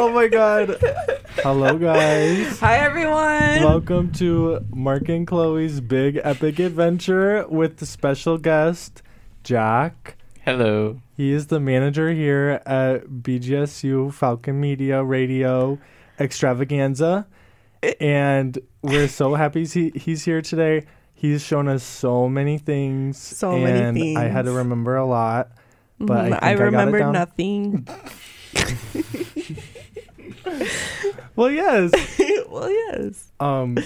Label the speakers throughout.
Speaker 1: Oh my god. Hello, guys.
Speaker 2: Hi, everyone.
Speaker 1: Welcome to Mark and Chloe's big epic adventure with the special guest, Jack.
Speaker 3: Hello.
Speaker 1: He is the manager here at BGSU Falcon Media Radio Extravaganza. And we're so happy he, he's here today. He's shown us so many things.
Speaker 2: So many
Speaker 1: and I had to
Speaker 2: things.
Speaker 1: remember a lot. But I,
Speaker 2: Mhm,
Speaker 1: think
Speaker 2: I,
Speaker 1: got it
Speaker 2: remember
Speaker 1: down.
Speaker 2: nothing.
Speaker 1: Well, yes.
Speaker 2: well, yes.
Speaker 1: Um,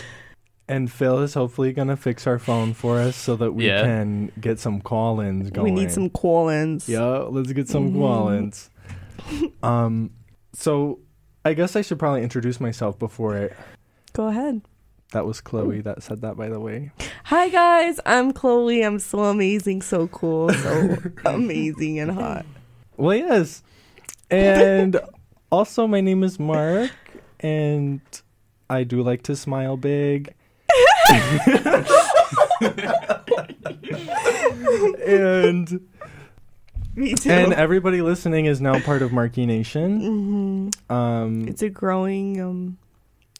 Speaker 1: and Phil is hopefully gonna fix our phone for us so that we
Speaker 3: Yeah.
Speaker 1: can get some call-ins going.
Speaker 2: We need some Qualins.
Speaker 1: Yeah, let's get some
Speaker 2: Mhm.
Speaker 1: call-ins. um, so I guess I should probably introduce myself before it.
Speaker 2: Go ahead.
Speaker 1: That was Chloe
Speaker 2: Oh.
Speaker 1: that said that, by the way.
Speaker 2: Hi, guys. I'm Chloe. I'm so amazing, so cool, so amazing and hot.
Speaker 1: Well, yes, and also my name is Mark, and I do like to smile big. and
Speaker 2: Me too.
Speaker 1: and everybody listening is now part of Marquee Nation.
Speaker 2: hmm
Speaker 1: Um,
Speaker 2: It's a growing um,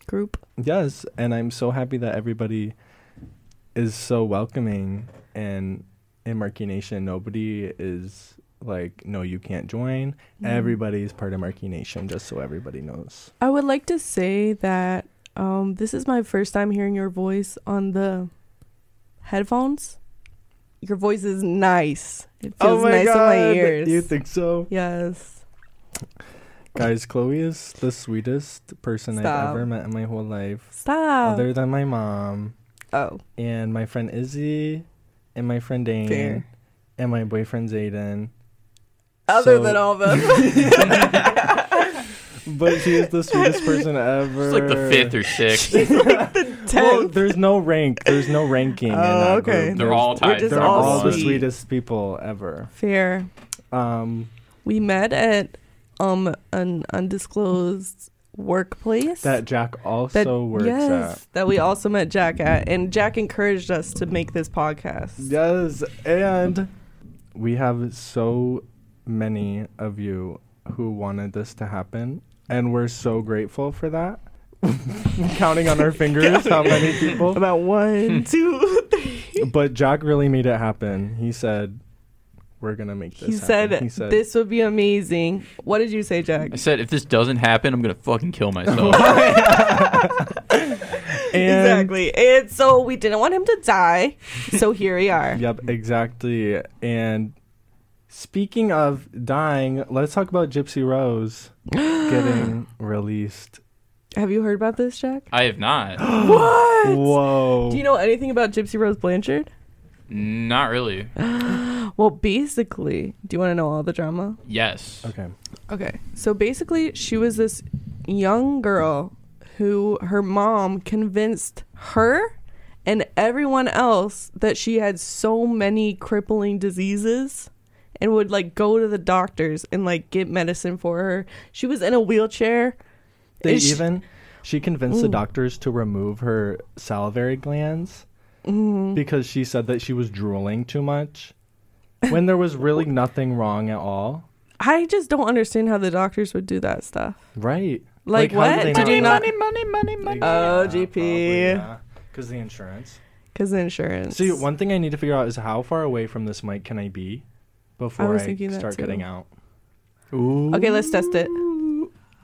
Speaker 2: group.
Speaker 1: yes, and I'm so happy that everybody is so welcoming. And in Marquee Nation, nobody is like, no, you can't join.
Speaker 2: Mhm.
Speaker 1: Everybody is part of Marquee Nation, just so everybody knows.
Speaker 2: I would like to say that um, this is my first time hearing your voice on the headphones. Your voice is nice. It feels nice in my ears.
Speaker 1: Oh You think so?
Speaker 2: yes.
Speaker 1: Guys, Chloe is the sweetest person I've
Speaker 2: Stop.
Speaker 1: ever met in my whole life,
Speaker 2: Stop.
Speaker 1: other than my mom
Speaker 2: oh,
Speaker 1: and my friend Izzy and my friend Dane
Speaker 2: fair.
Speaker 1: and my boyfriend Zayden.
Speaker 2: Other
Speaker 1: So-
Speaker 2: than all of them.
Speaker 1: But she is the sweetest person ever.
Speaker 3: It's like the fifth or sixth.
Speaker 1: Well, there's no rank. There's no ranking. in
Speaker 2: Oh,
Speaker 1: that
Speaker 2: okay.
Speaker 1: Group.
Speaker 3: They're
Speaker 1: There's-
Speaker 3: all tied.
Speaker 2: just
Speaker 1: They're
Speaker 2: all
Speaker 1: all the
Speaker 2: sweet.
Speaker 1: sweetest people ever.
Speaker 2: fair.
Speaker 1: Um,
Speaker 2: We met at um an undisclosed workplace.
Speaker 1: that Jack also
Speaker 2: that-
Speaker 1: works
Speaker 2: yes,
Speaker 1: at.
Speaker 2: that we also met Jack at, and Jack encouraged us to make this podcast.
Speaker 1: Yes, and we have so many of you who wanted this to happen, and we're so grateful for that. Counting on our fingers, how many people?
Speaker 2: About one, two, three.
Speaker 1: But Jack really made it happen. He said, "We're gonna make this."
Speaker 2: He
Speaker 1: happen."
Speaker 2: said, "This would be amazing." What did you say, Jack?
Speaker 3: I said, if this doesn't happen, I'm gonna fucking kill myself.
Speaker 1: And-
Speaker 2: exactly. And so we didn't want him to die, so here we are.
Speaker 1: Yep, exactly. And speaking of dying, let's talk about Gypsy Rose getting released.
Speaker 2: Have you heard about this, Jack?
Speaker 3: I have not.
Speaker 2: what?
Speaker 1: Whoa.
Speaker 2: Do you know anything about Gypsy Rose Blanchard?
Speaker 3: Not really.
Speaker 2: Well, basically, do you want to know all the drama?
Speaker 3: Yes.
Speaker 1: okay.
Speaker 2: Okay. So basically, she was this young girl who her mom convinced her and everyone else that she had so many crippling diseases and would like go to the doctors and like get medicine for her. She was in a wheelchair.
Speaker 1: They
Speaker 2: Is she-
Speaker 1: even she convinced the doctors to remove her salivary glands
Speaker 2: Mm-hmm.
Speaker 1: because she said that she was drooling too much when there was really nothing wrong at all.
Speaker 2: I just don't understand how the doctors would do that stuff.
Speaker 1: Right.
Speaker 2: Like,
Speaker 1: how
Speaker 2: what?
Speaker 1: do they
Speaker 2: Did you not?
Speaker 3: money, money, money.
Speaker 2: Oh, GP.
Speaker 1: Because the insurance.
Speaker 2: Because the insurance.
Speaker 1: See, one thing I need to figure out is how far away from this mic can I be before
Speaker 2: was
Speaker 1: I,
Speaker 2: thinking that
Speaker 1: start
Speaker 2: too.
Speaker 1: cutting out? Ooh.
Speaker 2: okay, let's test it.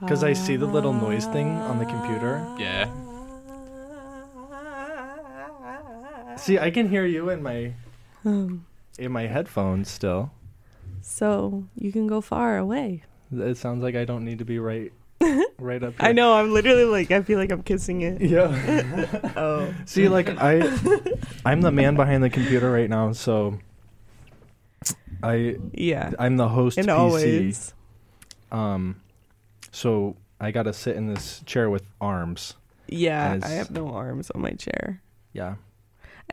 Speaker 1: Because I see the little noise thing on the computer.
Speaker 3: Yeah.
Speaker 1: See, I can hear you in my
Speaker 2: Um,
Speaker 1: in my headphones still.
Speaker 2: so you can go far away.
Speaker 1: It sounds like I don't need to be right right up here.
Speaker 2: I know. I'm literally like, I feel like I'm kissing it.
Speaker 1: Yeah.
Speaker 2: Oh,
Speaker 1: see, like I I'm the man behind the computer right now, so I
Speaker 2: yeah.
Speaker 1: I'm the host
Speaker 2: And
Speaker 1: PC.
Speaker 2: always.
Speaker 1: Um so I gotta sit in this chair with arms.
Speaker 2: Yeah,
Speaker 1: As-
Speaker 2: I have no arms on my chair.
Speaker 1: Yeah.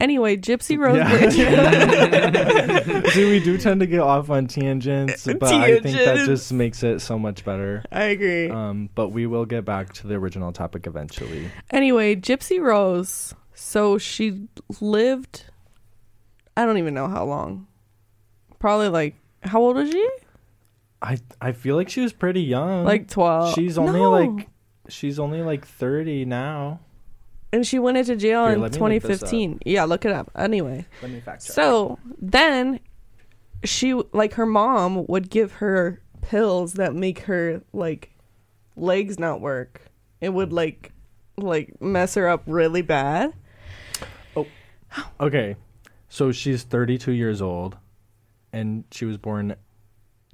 Speaker 2: Anyway, Gypsy Rose
Speaker 1: Yeah. See, we do tend to get off on tangents, but I think that
Speaker 2: Tangents.
Speaker 1: just makes it so much better.
Speaker 2: I agree.
Speaker 1: Um, but we will get back to the original topic eventually.
Speaker 2: anyway, Gypsy Rose. So she lived, I don't even know how long. Probably like, how old was she?
Speaker 1: I I feel like she was pretty young.
Speaker 2: like 12.
Speaker 1: Um, she's only
Speaker 2: No.
Speaker 1: like she's only like 30 now.
Speaker 2: And she went into jail
Speaker 1: Here,
Speaker 2: in
Speaker 1: let me look this
Speaker 2: 2015. Yeah, look it up. Anyway,
Speaker 1: Let me fact
Speaker 2: so then she like her mom would give her pills that make her like legs not work. It would like like mess her up really bad.
Speaker 1: Okay. So she's 32 years old and she was born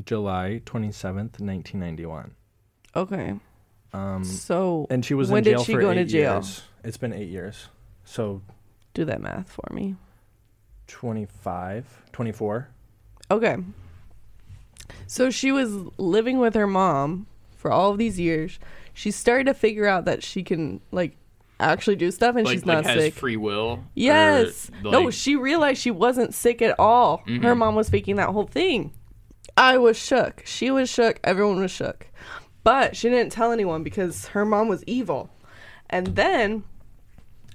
Speaker 1: July 27th, 1991.
Speaker 2: Okay.
Speaker 1: Um
Speaker 2: So
Speaker 1: and she was
Speaker 2: when
Speaker 1: in
Speaker 2: did
Speaker 1: jail
Speaker 2: she
Speaker 1: for
Speaker 2: go
Speaker 1: 8
Speaker 2: into jail?
Speaker 1: years. It's been 8 years. So
Speaker 2: do that math for me.
Speaker 1: 25, 24.
Speaker 2: Okay. So she was living with her mom for all of these years. She started to figure out that she can like actually do stuff and
Speaker 3: like,
Speaker 2: she's
Speaker 3: like
Speaker 2: not
Speaker 3: has
Speaker 2: sick.
Speaker 3: free will. or,
Speaker 2: Yes. no,
Speaker 3: like- Mm-hmm.
Speaker 2: she realized she wasn't sick at all. Her mom was faking that whole thing. I was shook. She was shook. Everyone was shook. But she didn't tell anyone because her mom was evil. And then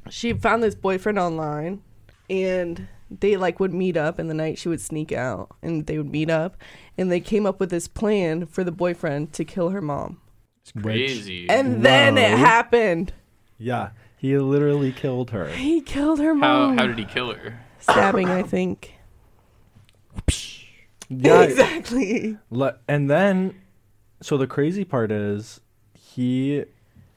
Speaker 2: she found this boyfriend online and they like would meet up in the night she would sneak out and they would meet up and they came up with this plan for the boyfriend to kill her mom.
Speaker 3: it's
Speaker 1: Which-
Speaker 3: crazy.
Speaker 2: And then it
Speaker 1: No.
Speaker 2: happened.
Speaker 1: Yeah. He literally killed her.
Speaker 2: He killed her
Speaker 3: how
Speaker 2: mom.
Speaker 3: how did he kill her?
Speaker 2: Stabbing, I think.
Speaker 1: Yeah.
Speaker 2: Exactly.
Speaker 1: Le- and then, so the crazy part is, he,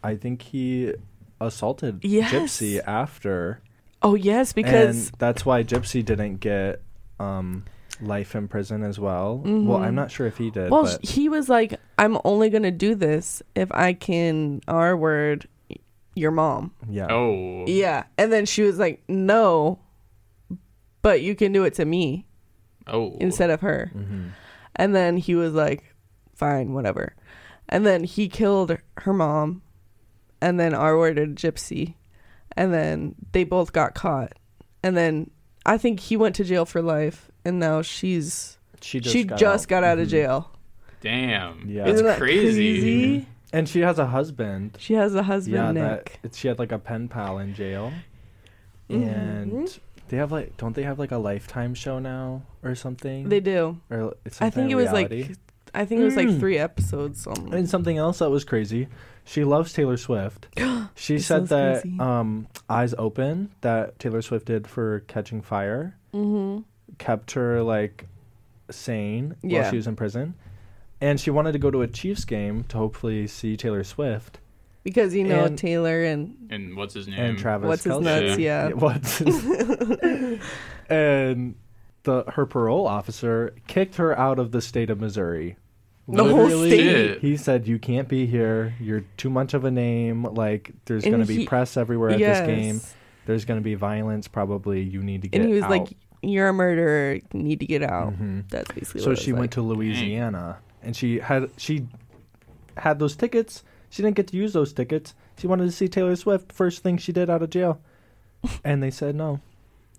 Speaker 1: I think he assaulted
Speaker 2: Yes.
Speaker 1: Gypsy after,
Speaker 2: Oh yes, because
Speaker 1: and that's why Gypsy didn't get um, life in prison as well. Well, I'm not sure if he did.
Speaker 2: Mm-hmm. well,
Speaker 1: but
Speaker 2: sh he was like, "I'm only gonna do this if I can R word y- your mom."
Speaker 1: yeah,
Speaker 3: Oh,
Speaker 2: Yeah, and then she was like, "No, but you can do it to me
Speaker 3: oh,
Speaker 2: instead of her."
Speaker 1: Mm-hmm.
Speaker 2: And then he was like, "Fine, whatever." And then he killed her mom, and then R worded Gypsy, and then they both got caught, and then I think he went to jail for life, and now she's
Speaker 1: she just
Speaker 2: she
Speaker 1: got
Speaker 2: just
Speaker 1: out. Mm-hmm.
Speaker 2: got out of jail.
Speaker 3: damn,
Speaker 1: Yeah.
Speaker 3: it's
Speaker 2: Isn't that
Speaker 3: crazy.
Speaker 2: crazy?
Speaker 1: and she has a husband.
Speaker 2: She has a husband,
Speaker 1: yeah,
Speaker 2: Nick.
Speaker 1: that she had like a pen pal in jail,
Speaker 2: Mm-hmm.
Speaker 1: and they have like don't they have like a lifetime show now or something?
Speaker 2: They do.
Speaker 1: or it's some
Speaker 2: I
Speaker 1: kind
Speaker 2: think it
Speaker 1: of
Speaker 2: was
Speaker 1: reality?
Speaker 2: like, I think it was like
Speaker 1: Mm.
Speaker 2: three episodes. Um,
Speaker 1: And something else that was crazy, she loves Taylor Swift. She
Speaker 2: This
Speaker 1: said
Speaker 2: was
Speaker 1: that
Speaker 2: crazy.
Speaker 1: um, "Eyes Open" that Taylor Swift did for Catching Fire
Speaker 2: mhm.
Speaker 1: kept her like sane
Speaker 2: Yeah.
Speaker 1: while she was in prison, and she wanted to go to a Chiefs game to hopefully see Taylor Swift
Speaker 2: Because you know
Speaker 1: And-
Speaker 2: Taylor and
Speaker 3: And what's his name?
Speaker 1: and Travis.
Speaker 2: what's his
Speaker 1: Kelce.
Speaker 2: nuts?
Speaker 3: Kelsey.
Speaker 2: Yeah.
Speaker 1: what's his- and the her parole officer kicked her out of the state of Missouri.
Speaker 2: The whole
Speaker 1: Literally,
Speaker 3: state?
Speaker 1: He said, "You can't be here. You're too much of a name. Like, there's
Speaker 2: And
Speaker 1: going to be
Speaker 2: he-
Speaker 1: press everywhere at
Speaker 2: yes.
Speaker 1: this game. There's going to be violence. Probably, you need to get
Speaker 2: And he was
Speaker 1: out."
Speaker 2: like, "You're a murderer. You need to get out."
Speaker 1: Mhm.
Speaker 2: That's basically.
Speaker 1: so
Speaker 2: what it
Speaker 1: she
Speaker 2: was
Speaker 1: went
Speaker 2: like.
Speaker 1: to Louisiana, and she had she had those tickets. She didn't get to use those tickets. She wanted to see Taylor Swift. First thing she did out of jail, and they said no.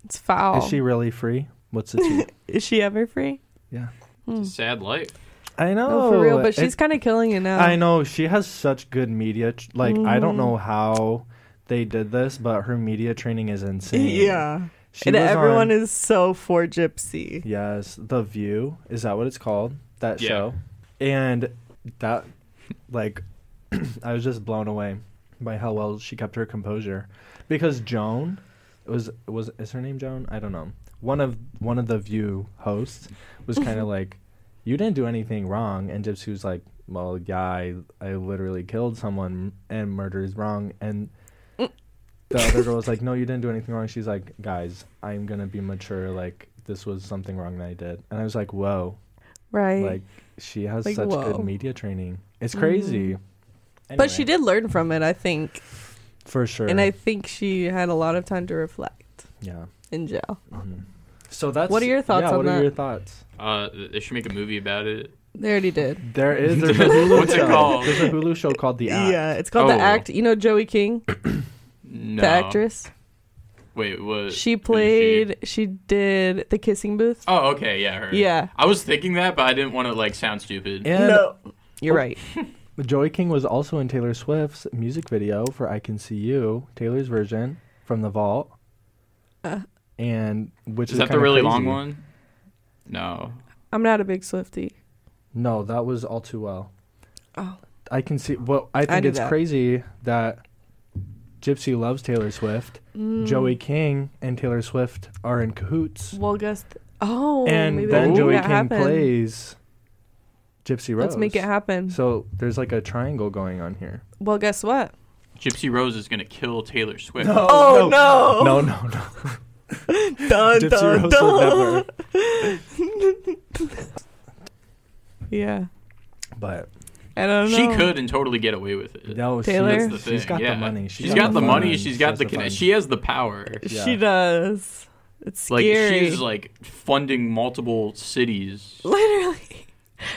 Speaker 2: It's foul.
Speaker 1: Is she really free? What's the tea?
Speaker 2: ever free? Hmm.
Speaker 1: yeah,
Speaker 3: It's a sad life.
Speaker 1: I know.
Speaker 2: No, for real. But
Speaker 1: It-
Speaker 2: she's kind of killing it now.
Speaker 1: I know she has such good media. tr- Like I
Speaker 2: Mm-hmm.
Speaker 1: don't know how they did this, but her media training is insane.
Speaker 2: Yeah.
Speaker 1: she
Speaker 2: and
Speaker 1: was on-
Speaker 2: everyone is so for Gypsy.
Speaker 1: Yes, The View is that what it's called? That
Speaker 3: Yeah.
Speaker 1: show, and that like I was just blown away by how well she kept her composure because Joan was was is her name Joan? I don't know. One of one of the View hosts was kind of like, "You didn't do anything wrong," and Gypsy was like, "Well, yeah, I, I literally killed someone, and murder is wrong." And the other girl was like, "No, you didn't do anything wrong." She's like, "Guys, I'm gonna be mature. Like this was something wrong that I did." And I was like, "Whoa!"
Speaker 2: Right.
Speaker 1: Like she has
Speaker 2: Like,
Speaker 1: such
Speaker 2: whoa. Mm-hmm.
Speaker 1: good media training. It's crazy.
Speaker 2: But she
Speaker 1: Anyway,
Speaker 2: did learn from it, I think.
Speaker 1: for sure.
Speaker 2: And I think she had a lot of time to reflect
Speaker 1: yeah.
Speaker 2: in jail.
Speaker 1: Mhm. So that's
Speaker 2: What are your thoughts
Speaker 1: yeah,
Speaker 2: on
Speaker 1: what
Speaker 2: that?
Speaker 1: are your thoughts?
Speaker 3: Uh, they should make a movie about it.
Speaker 2: They already did.
Speaker 1: There is there's a Hulu
Speaker 3: What's it
Speaker 1: show.
Speaker 3: called?
Speaker 1: There's a Hulu show called The Act.
Speaker 2: Yeah, it's called
Speaker 3: Oh.
Speaker 2: The Act. You know Joey King,
Speaker 3: No. Uh,
Speaker 2: the actress?
Speaker 3: Wait, what?
Speaker 2: She
Speaker 3: who is
Speaker 2: played, she did The Kissing Booth.
Speaker 3: Oh, okay, yeah, her.
Speaker 2: Yeah.
Speaker 3: I was thinking that, but I didn't want to like sound stupid.
Speaker 1: And
Speaker 2: You're right.
Speaker 1: Joey King was also in Taylor Swift's music video for "I Can See You," Taylor's version from the vault.
Speaker 2: Uh.
Speaker 1: and which is,
Speaker 3: Is that the
Speaker 1: kinda
Speaker 3: really
Speaker 1: crazy.
Speaker 3: long one? No.
Speaker 2: I'm not a big Swifty.
Speaker 1: No, that was all too well.
Speaker 2: Oh.
Speaker 1: I can see. Well, I think
Speaker 2: knew
Speaker 1: it's
Speaker 2: that.
Speaker 1: crazy that Gypsy loves Taylor Swift.
Speaker 2: Mm.
Speaker 1: Joey King and Taylor Swift are in cahoots,
Speaker 2: Well, guess. Th- oh, maybe
Speaker 1: and
Speaker 2: let's
Speaker 1: then
Speaker 2: make
Speaker 1: Joey
Speaker 2: that
Speaker 1: King
Speaker 2: happen.
Speaker 1: plays Gypsy Rose.
Speaker 2: Let's make it happen.
Speaker 1: So there's like a triangle going on here.
Speaker 2: well, guess what?
Speaker 3: Gypsy Rose is gonna kill Taylor Swift.
Speaker 2: Oh, no.
Speaker 1: No, no, no.
Speaker 2: Dun,
Speaker 1: Gypsy
Speaker 2: dun,
Speaker 1: Rose
Speaker 2: dun.
Speaker 1: would never.
Speaker 2: Yeah,
Speaker 1: But
Speaker 2: I don't know.
Speaker 3: She could and totally get away with it.
Speaker 1: no, she-
Speaker 2: Taylor?
Speaker 3: That's
Speaker 2: Fair.
Speaker 3: the thing.
Speaker 1: she's got
Speaker 3: yeah.
Speaker 1: the money.
Speaker 3: she's got the money.
Speaker 1: funds.
Speaker 3: She's got the. conne-
Speaker 1: funds.
Speaker 3: she has the power.
Speaker 1: Yeah.
Speaker 2: She does. It's
Speaker 3: Like
Speaker 2: scary.
Speaker 3: she's like funding multiple cities.
Speaker 2: Literally.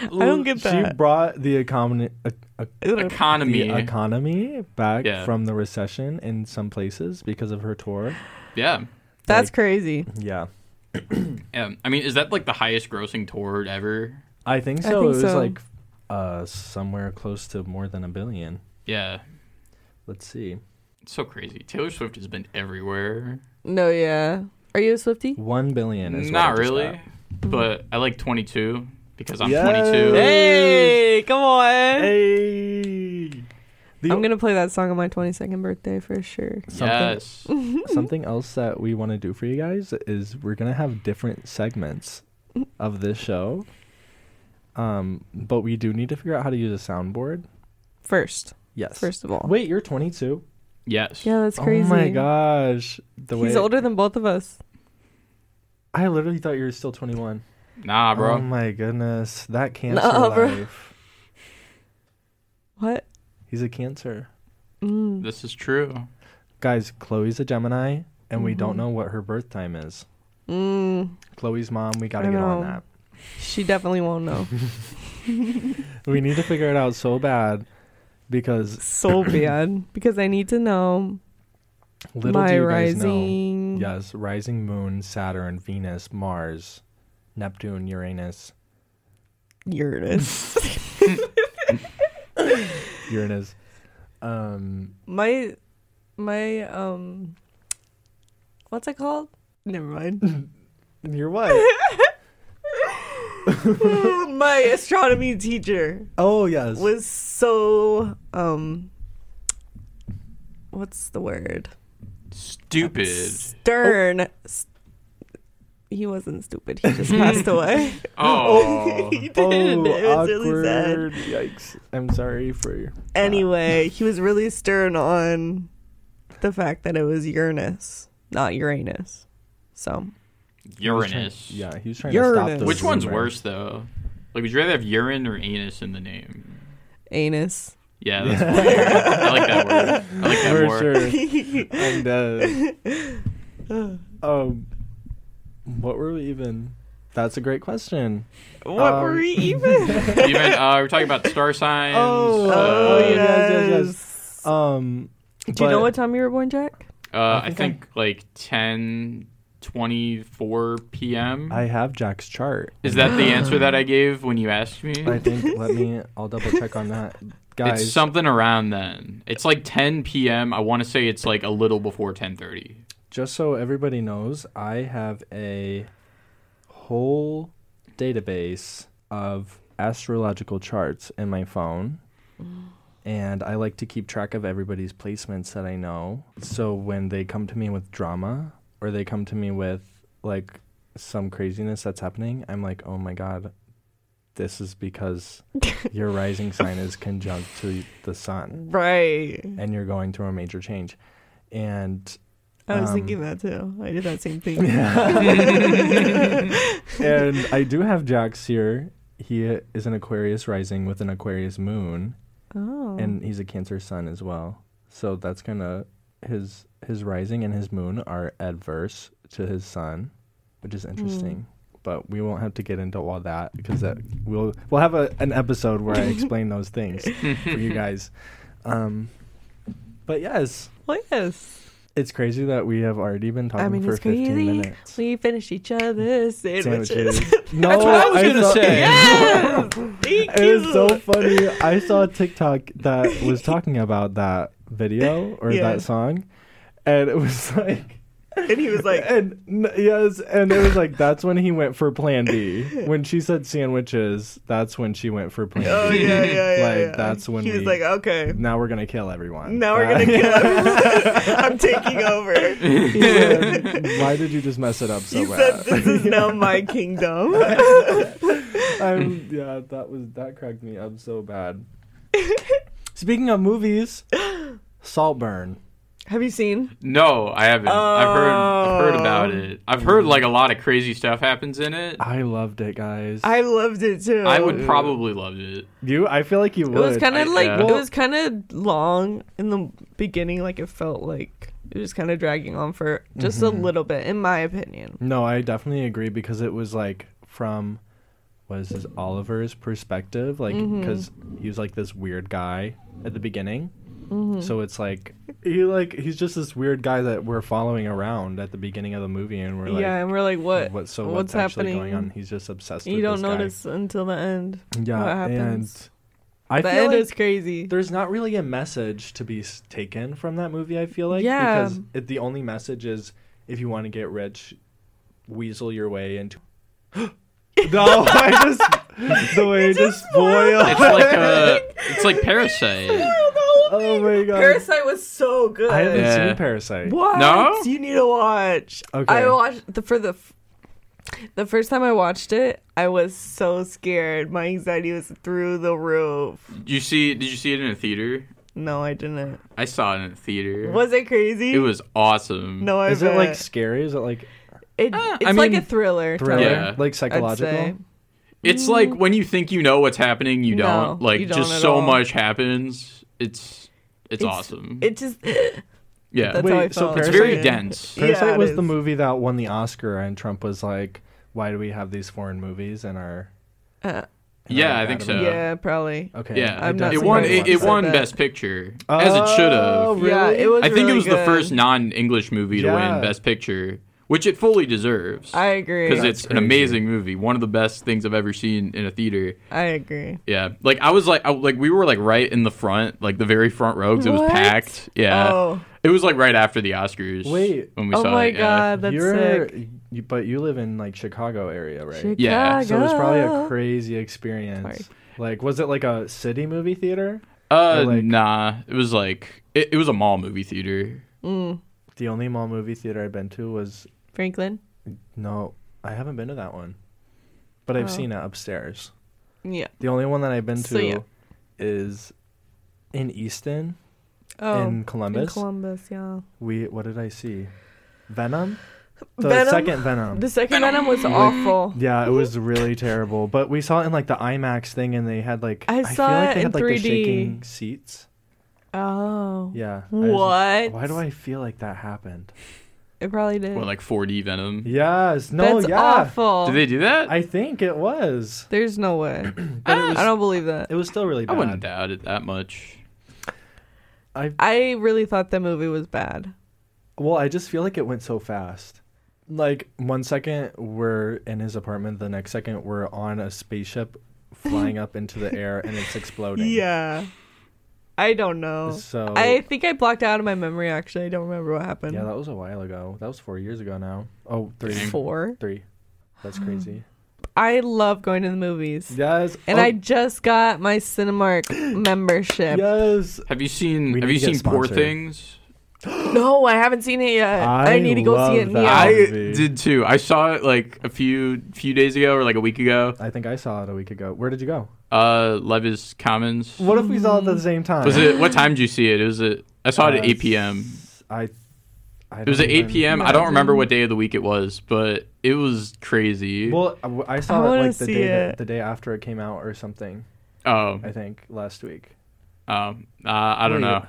Speaker 2: I don't get
Speaker 1: She
Speaker 2: that.
Speaker 1: brought the economy, e- e-
Speaker 3: Economy.
Speaker 1: the economy back
Speaker 3: Yeah.
Speaker 1: from the recession in some places because of her tour.
Speaker 3: yeah.
Speaker 2: That's
Speaker 1: like-
Speaker 2: crazy.
Speaker 1: Yeah,
Speaker 3: Yeah. I mean, is that like the highest grossing tour ever?
Speaker 1: I think
Speaker 2: I
Speaker 1: so.
Speaker 2: think
Speaker 1: it was
Speaker 2: so.
Speaker 1: like uh, somewhere close to more than a billion.
Speaker 3: Yeah.
Speaker 1: Let's see,
Speaker 3: It's so crazy. Taylor Swift has been everywhere.
Speaker 2: No, yeah. Are you a Swifty?
Speaker 1: one billion is what I
Speaker 3: Not
Speaker 1: just
Speaker 3: really,
Speaker 1: got.
Speaker 3: but I like 22 because I'm
Speaker 1: Yes.
Speaker 3: 22.
Speaker 2: Hey, come on.
Speaker 1: Hey, The-
Speaker 2: I'm gonna play that song on my 22nd birthday for sure.
Speaker 1: something
Speaker 3: Yes.
Speaker 1: something else that we want to do for you guys is we're gonna have different segments of this show. Um, but we do need to figure out how to use a soundboard.
Speaker 2: First,
Speaker 1: Yes.
Speaker 2: first of all.
Speaker 1: Wait, you're 22.
Speaker 3: Yes.
Speaker 2: Yeah, that's crazy.
Speaker 1: Oh my gosh. The
Speaker 2: He's
Speaker 1: way
Speaker 2: older than both of us.
Speaker 1: I literally thought you were still 21.
Speaker 3: Nah, bro.
Speaker 1: Oh my goodness. That cancer
Speaker 2: Nah, bro.
Speaker 1: life.
Speaker 2: What?
Speaker 1: He's a cancer.
Speaker 2: Mm.
Speaker 3: this is true.
Speaker 1: Guys, Chloe's a Gemini and we
Speaker 2: Mhm.
Speaker 1: don't know what her birth time is.
Speaker 2: Mm.
Speaker 1: Chloe's mom, we got to
Speaker 2: I
Speaker 1: get on
Speaker 2: know.
Speaker 1: that.
Speaker 2: She definitely won't know.
Speaker 1: We need to figure it out so bad because
Speaker 2: so bad because I need to know
Speaker 1: little
Speaker 2: my
Speaker 1: do you guys know.
Speaker 2: rising.
Speaker 1: Yes, rising moon, Saturn, Venus, Mars, Neptune, Uranus,
Speaker 2: Uranus.
Speaker 1: Uranus. Um
Speaker 2: my my um what's it called? Never mind.
Speaker 1: you're what?
Speaker 2: my astronomy teacher
Speaker 1: oh, yes.
Speaker 2: was so um what's the word?
Speaker 3: Stupid.
Speaker 2: Stern. S- He wasn't stupid. He just passed away.
Speaker 3: Oh.
Speaker 2: he did. it was really sad.
Speaker 1: awkward. Yikes. I'm sorry for you.
Speaker 2: Anyway, he was really stern on the fact that it was Uranus, not Uranus. So
Speaker 3: Uranus.
Speaker 1: yeah, he was trying to stop
Speaker 2: Uranus.
Speaker 1: the
Speaker 3: Which one's
Speaker 1: rumor.
Speaker 3: worse though? Like, would you rather have urine or anus in the name?
Speaker 2: anus.
Speaker 3: Yeah, that's weird. I like that word. I like that
Speaker 1: For
Speaker 3: more.
Speaker 1: sure. and uh, um, what were we even? That's a great question.
Speaker 2: What
Speaker 1: Um,
Speaker 2: were we even?
Speaker 3: Even uh, we're talking about star signs.
Speaker 1: Oh,
Speaker 3: uh,
Speaker 1: oh, yeah. yes, yes, yes.
Speaker 2: yes.
Speaker 1: Um,
Speaker 2: Do you know
Speaker 1: but-
Speaker 2: what time you were born, Jack?
Speaker 3: Uh,
Speaker 1: I
Speaker 3: I
Speaker 1: think
Speaker 3: think like 10, 24 p.m.
Speaker 1: I have Jack's chart.
Speaker 3: Is that the answer that I gave when you asked me?
Speaker 1: I think. let me. I'll double check on that, guys.
Speaker 3: It's something around then. It's like 10 p.m. I want to say it's like a little before 10:30.
Speaker 1: just so everybody knows, I have a whole database of astrological charts in my phone. And I like to keep track of everybody's placements that I know. So when they come to me with drama or they come to me with like some craziness that's happening, I'm like, oh my God, this is because your rising sign is conjunct to the sun
Speaker 2: Right.
Speaker 1: and you're going through a major change. And
Speaker 2: I was
Speaker 1: Um,
Speaker 2: thinking that too. I did that same thing.
Speaker 1: and I do have Jax here. He is an Aquarius rising with an Aquarius moon,
Speaker 2: Oh.
Speaker 1: and he's a Cancer sun as well. So that's gonna his his rising and his moon are adverse to his sun, which is interesting. But we won't have to get into all that because that we'll we'll have a, an episode where I explain those things for you guys. Um, but yes,
Speaker 2: well, yes.
Speaker 1: it's crazy that we have already been talking
Speaker 2: I mean,
Speaker 1: for
Speaker 2: it's
Speaker 1: 15
Speaker 2: crazy.
Speaker 1: minutes.
Speaker 2: We finished each other's sandwiches.
Speaker 1: no,
Speaker 3: That's what I was gonna
Speaker 1: thought-
Speaker 3: say.
Speaker 2: Yes! Thank
Speaker 1: It is
Speaker 2: you.
Speaker 1: so funny. I saw a TikTok that was talking about that video or
Speaker 2: Yeah.
Speaker 1: that song, and it was like
Speaker 4: And he was like,
Speaker 1: and n- yes, and it was like that's when he went for Plan B. When she said sandwiches, that's when she went for Plan
Speaker 4: oh,
Speaker 1: B.
Speaker 4: yeah, yeah, yeah.
Speaker 1: Like,
Speaker 4: yeah.
Speaker 1: that's when
Speaker 4: he was
Speaker 1: we-
Speaker 4: like, okay,
Speaker 1: Now we're gonna kill everyone.
Speaker 4: now we're going to kill him. I'm taking over.
Speaker 1: kill. Why did you just mess it up so
Speaker 4: you said
Speaker 1: bad?
Speaker 4: this is now my kingdom.
Speaker 1: I'm, yeah, that was that cracked me up so bad. Speaking of movies, Saltburn.
Speaker 4: Have you seen?
Speaker 3: No, I haven't. I've heard I've heard
Speaker 4: Oh.
Speaker 3: about it. I've heard like a lot of crazy stuff happens in it.
Speaker 1: I loved it, guys.
Speaker 4: I loved it too.
Speaker 3: I
Speaker 2: Oh.
Speaker 3: would probably loved it.
Speaker 1: you. I feel like you
Speaker 2: It
Speaker 1: would.
Speaker 2: was kind
Speaker 3: I-
Speaker 2: of like
Speaker 3: yeah.
Speaker 2: it was kind of long in the beginning. Like it felt like it was kind of dragging on for just
Speaker 1: Mm-hmm.
Speaker 2: a little bit, in my opinion.
Speaker 1: No, I definitely agree because it was like from what is this Oliver's perspective, like
Speaker 2: Mm-hmm.
Speaker 1: because he was like this weird guy at the beginning.
Speaker 2: Mm-hmm.
Speaker 1: So it's like he like he's just this weird guy that we're following around at the beginning of the movie, and we're like,
Speaker 2: yeah, and we're like, what?
Speaker 1: what? So
Speaker 2: what's
Speaker 1: what's, actually
Speaker 2: happening?
Speaker 1: going on? He's just obsessed.
Speaker 2: You
Speaker 1: with
Speaker 2: don't
Speaker 1: this guy.
Speaker 2: notice until the end.
Speaker 1: Yeah,
Speaker 2: what happens.
Speaker 1: and I
Speaker 2: the
Speaker 1: feel
Speaker 2: end
Speaker 1: like
Speaker 2: is crazy.
Speaker 1: there's not really a message to be s- taken from that movie. I feel like
Speaker 2: Yeah.
Speaker 1: because it, the only message is if you want to get rich, weasel your way into. no, I just the way it just boiled.
Speaker 3: It's like a it's like Parasite.
Speaker 1: oh my god!
Speaker 2: Parasite was so good.
Speaker 1: I haven't
Speaker 3: Yeah.
Speaker 1: seen Parasite.
Speaker 4: What?
Speaker 3: No?
Speaker 4: You need to watch.
Speaker 1: Okay.
Speaker 2: I watched the for the f- the first time I watched it, I was so scared. My anxiety was through the roof.
Speaker 3: Did you see did you see it in a theater?
Speaker 4: No, I didn't.
Speaker 3: I saw it in a theater.
Speaker 4: Was it crazy?
Speaker 3: It was awesome.
Speaker 4: No, I
Speaker 1: Is it like
Speaker 4: bet.
Speaker 1: scary? Is it like
Speaker 2: It,
Speaker 3: Uh,
Speaker 2: it's
Speaker 3: I
Speaker 2: like
Speaker 3: mean,
Speaker 2: a thriller.
Speaker 1: thriller?
Speaker 3: Yeah.
Speaker 1: Like
Speaker 2: I'd say.
Speaker 1: psychological?
Speaker 3: It's like when you think you know what's happening, you
Speaker 2: No,
Speaker 3: don't. Like
Speaker 2: you don't
Speaker 3: just
Speaker 2: at
Speaker 3: so
Speaker 2: all.
Speaker 3: much happens. It's it's,
Speaker 2: It's-
Speaker 3: awesome.
Speaker 2: It just
Speaker 3: yeah.
Speaker 2: that's
Speaker 1: Wait,
Speaker 2: how I
Speaker 1: so
Speaker 2: felt.
Speaker 3: it's
Speaker 1: Parasite-
Speaker 3: very
Speaker 1: Yeah.
Speaker 3: dense.
Speaker 4: Yeah,
Speaker 1: Parasite
Speaker 4: it
Speaker 1: was the
Speaker 4: is.
Speaker 1: movie that won the Oscar, and Trump was like, "Why do we have these foreign movies in our?"
Speaker 2: Uh,
Speaker 1: in
Speaker 3: Yeah,
Speaker 1: our
Speaker 3: I think so.
Speaker 1: academy?"
Speaker 2: yeah, probably.
Speaker 1: Okay.
Speaker 3: Yeah.
Speaker 1: I
Speaker 2: I'm not
Speaker 1: definitely
Speaker 3: it won
Speaker 1: watched
Speaker 3: it, it
Speaker 1: that.
Speaker 2: I
Speaker 3: won
Speaker 2: bet.
Speaker 3: best picture. as it should
Speaker 1: Oh,
Speaker 3: have.
Speaker 1: really?
Speaker 2: Yeah, it was.
Speaker 3: I think it
Speaker 2: really
Speaker 3: was the
Speaker 2: good.
Speaker 3: first non-English movie to
Speaker 1: Yeah.
Speaker 3: win best picture, which it fully deserves.
Speaker 2: I agree.
Speaker 3: because
Speaker 1: That's
Speaker 3: it's an
Speaker 1: crazy.
Speaker 3: amazing movie, one of the best things I've ever seen in a theater.
Speaker 2: I agree.
Speaker 3: Yeah, like I was like, I, like we were like right in the front, like the very front row, 'cause it was
Speaker 2: What?
Speaker 3: packed. Yeah,
Speaker 2: Oh,
Speaker 3: it was like right after the Oscars.
Speaker 1: Wait.
Speaker 3: when we
Speaker 2: oh
Speaker 3: saw
Speaker 2: my
Speaker 3: it.
Speaker 2: god, that's
Speaker 1: You're,
Speaker 2: sick.
Speaker 1: you- but you live in like Chicago area, right?
Speaker 3: Yeah,
Speaker 1: So it was probably a
Speaker 2: Chicago.
Speaker 1: crazy experience.
Speaker 2: Sorry.
Speaker 1: Like, was it like a city movie theater?
Speaker 3: Yeah. Uh,
Speaker 1: Or, like-
Speaker 3: nah, it was like it, it was a mall movie theater.
Speaker 2: Mm,
Speaker 1: The only mall movie theater I've been to was
Speaker 2: Franklin.
Speaker 1: no, I haven't been to that one, but I've
Speaker 2: Oh.
Speaker 1: seen it upstairs.
Speaker 2: Yeah.
Speaker 1: The only one that I've been to
Speaker 2: So, yeah.
Speaker 1: is in Easton
Speaker 2: Oh,
Speaker 1: in
Speaker 2: in
Speaker 1: Columbus.
Speaker 2: Columbus. Yeah.
Speaker 1: we what did I see? Venom. The
Speaker 2: Venom?
Speaker 1: second Venom.
Speaker 2: The second Venom was awful.
Speaker 1: Yeah, it was really terrible. But we saw it in like the IMAX thing, and they had like
Speaker 2: I saw
Speaker 1: feel like
Speaker 2: it
Speaker 1: they
Speaker 2: in
Speaker 1: had like the
Speaker 2: 3D.
Speaker 1: shaking seats.
Speaker 2: Oh.
Speaker 1: Yeah. I was just-
Speaker 2: What?
Speaker 1: Why do I feel like that happened?
Speaker 2: It probably did.
Speaker 3: What like 4D Venom?
Speaker 1: Yes. No.
Speaker 2: That's
Speaker 1: yeah.
Speaker 2: awful.
Speaker 3: Did they do that? I,
Speaker 1: I think it was.
Speaker 2: There's no way.
Speaker 1: But it was.
Speaker 2: I don't believe that.
Speaker 1: It was still really bad.
Speaker 3: wouldn't doubt it that much.
Speaker 1: I
Speaker 2: I really thought that movie was bad.
Speaker 1: well, I just feel like it went so fast. Like one second we're in his apartment, the next second we're on a spaceship flying up into the air and it's exploding.
Speaker 4: yeah.
Speaker 2: I don't know.
Speaker 1: So
Speaker 2: I think I blocked it out of my memory. Actually, I don't remember what happened.
Speaker 1: yeah, that was a while ago. That was four years ago now. Oh, three.
Speaker 2: Four.
Speaker 1: Three. That's crazy.
Speaker 2: I love going to the movies,
Speaker 1: Yes.
Speaker 2: and
Speaker 1: Oh,
Speaker 2: I just got my Cinemark membership.
Speaker 1: Yes.
Speaker 3: Have you seen
Speaker 1: We
Speaker 3: Have
Speaker 1: need
Speaker 3: you
Speaker 1: to get
Speaker 3: seen Poor
Speaker 1: sponsored.
Speaker 3: Things?
Speaker 2: No, I haven't seen it yet. I,
Speaker 1: I
Speaker 2: need to go see
Speaker 1: love that.
Speaker 2: it now.
Speaker 3: I
Speaker 1: movie.
Speaker 3: did too. I saw it like a few few days ago or like a week ago.
Speaker 1: I think I saw it a week ago. Where did you go?
Speaker 3: Uh, Levis Commons.
Speaker 1: What if we saw it at the same time?
Speaker 3: Was it what time did you see it? It was at I saw it
Speaker 1: Uh,
Speaker 3: at 8 p.m.
Speaker 1: I. I
Speaker 3: It was at
Speaker 1: don't
Speaker 3: 8
Speaker 1: even-
Speaker 3: p.m. I don't remember what day of the week it was, but it was crazy.
Speaker 1: Well, I w- I saw
Speaker 2: I
Speaker 1: it
Speaker 2: wanna
Speaker 1: like the
Speaker 2: see
Speaker 1: day
Speaker 2: it.
Speaker 1: that, the day after it came out or something.
Speaker 3: oh,
Speaker 1: I think last week
Speaker 3: um, uh, I don't
Speaker 1: Wait.
Speaker 3: know.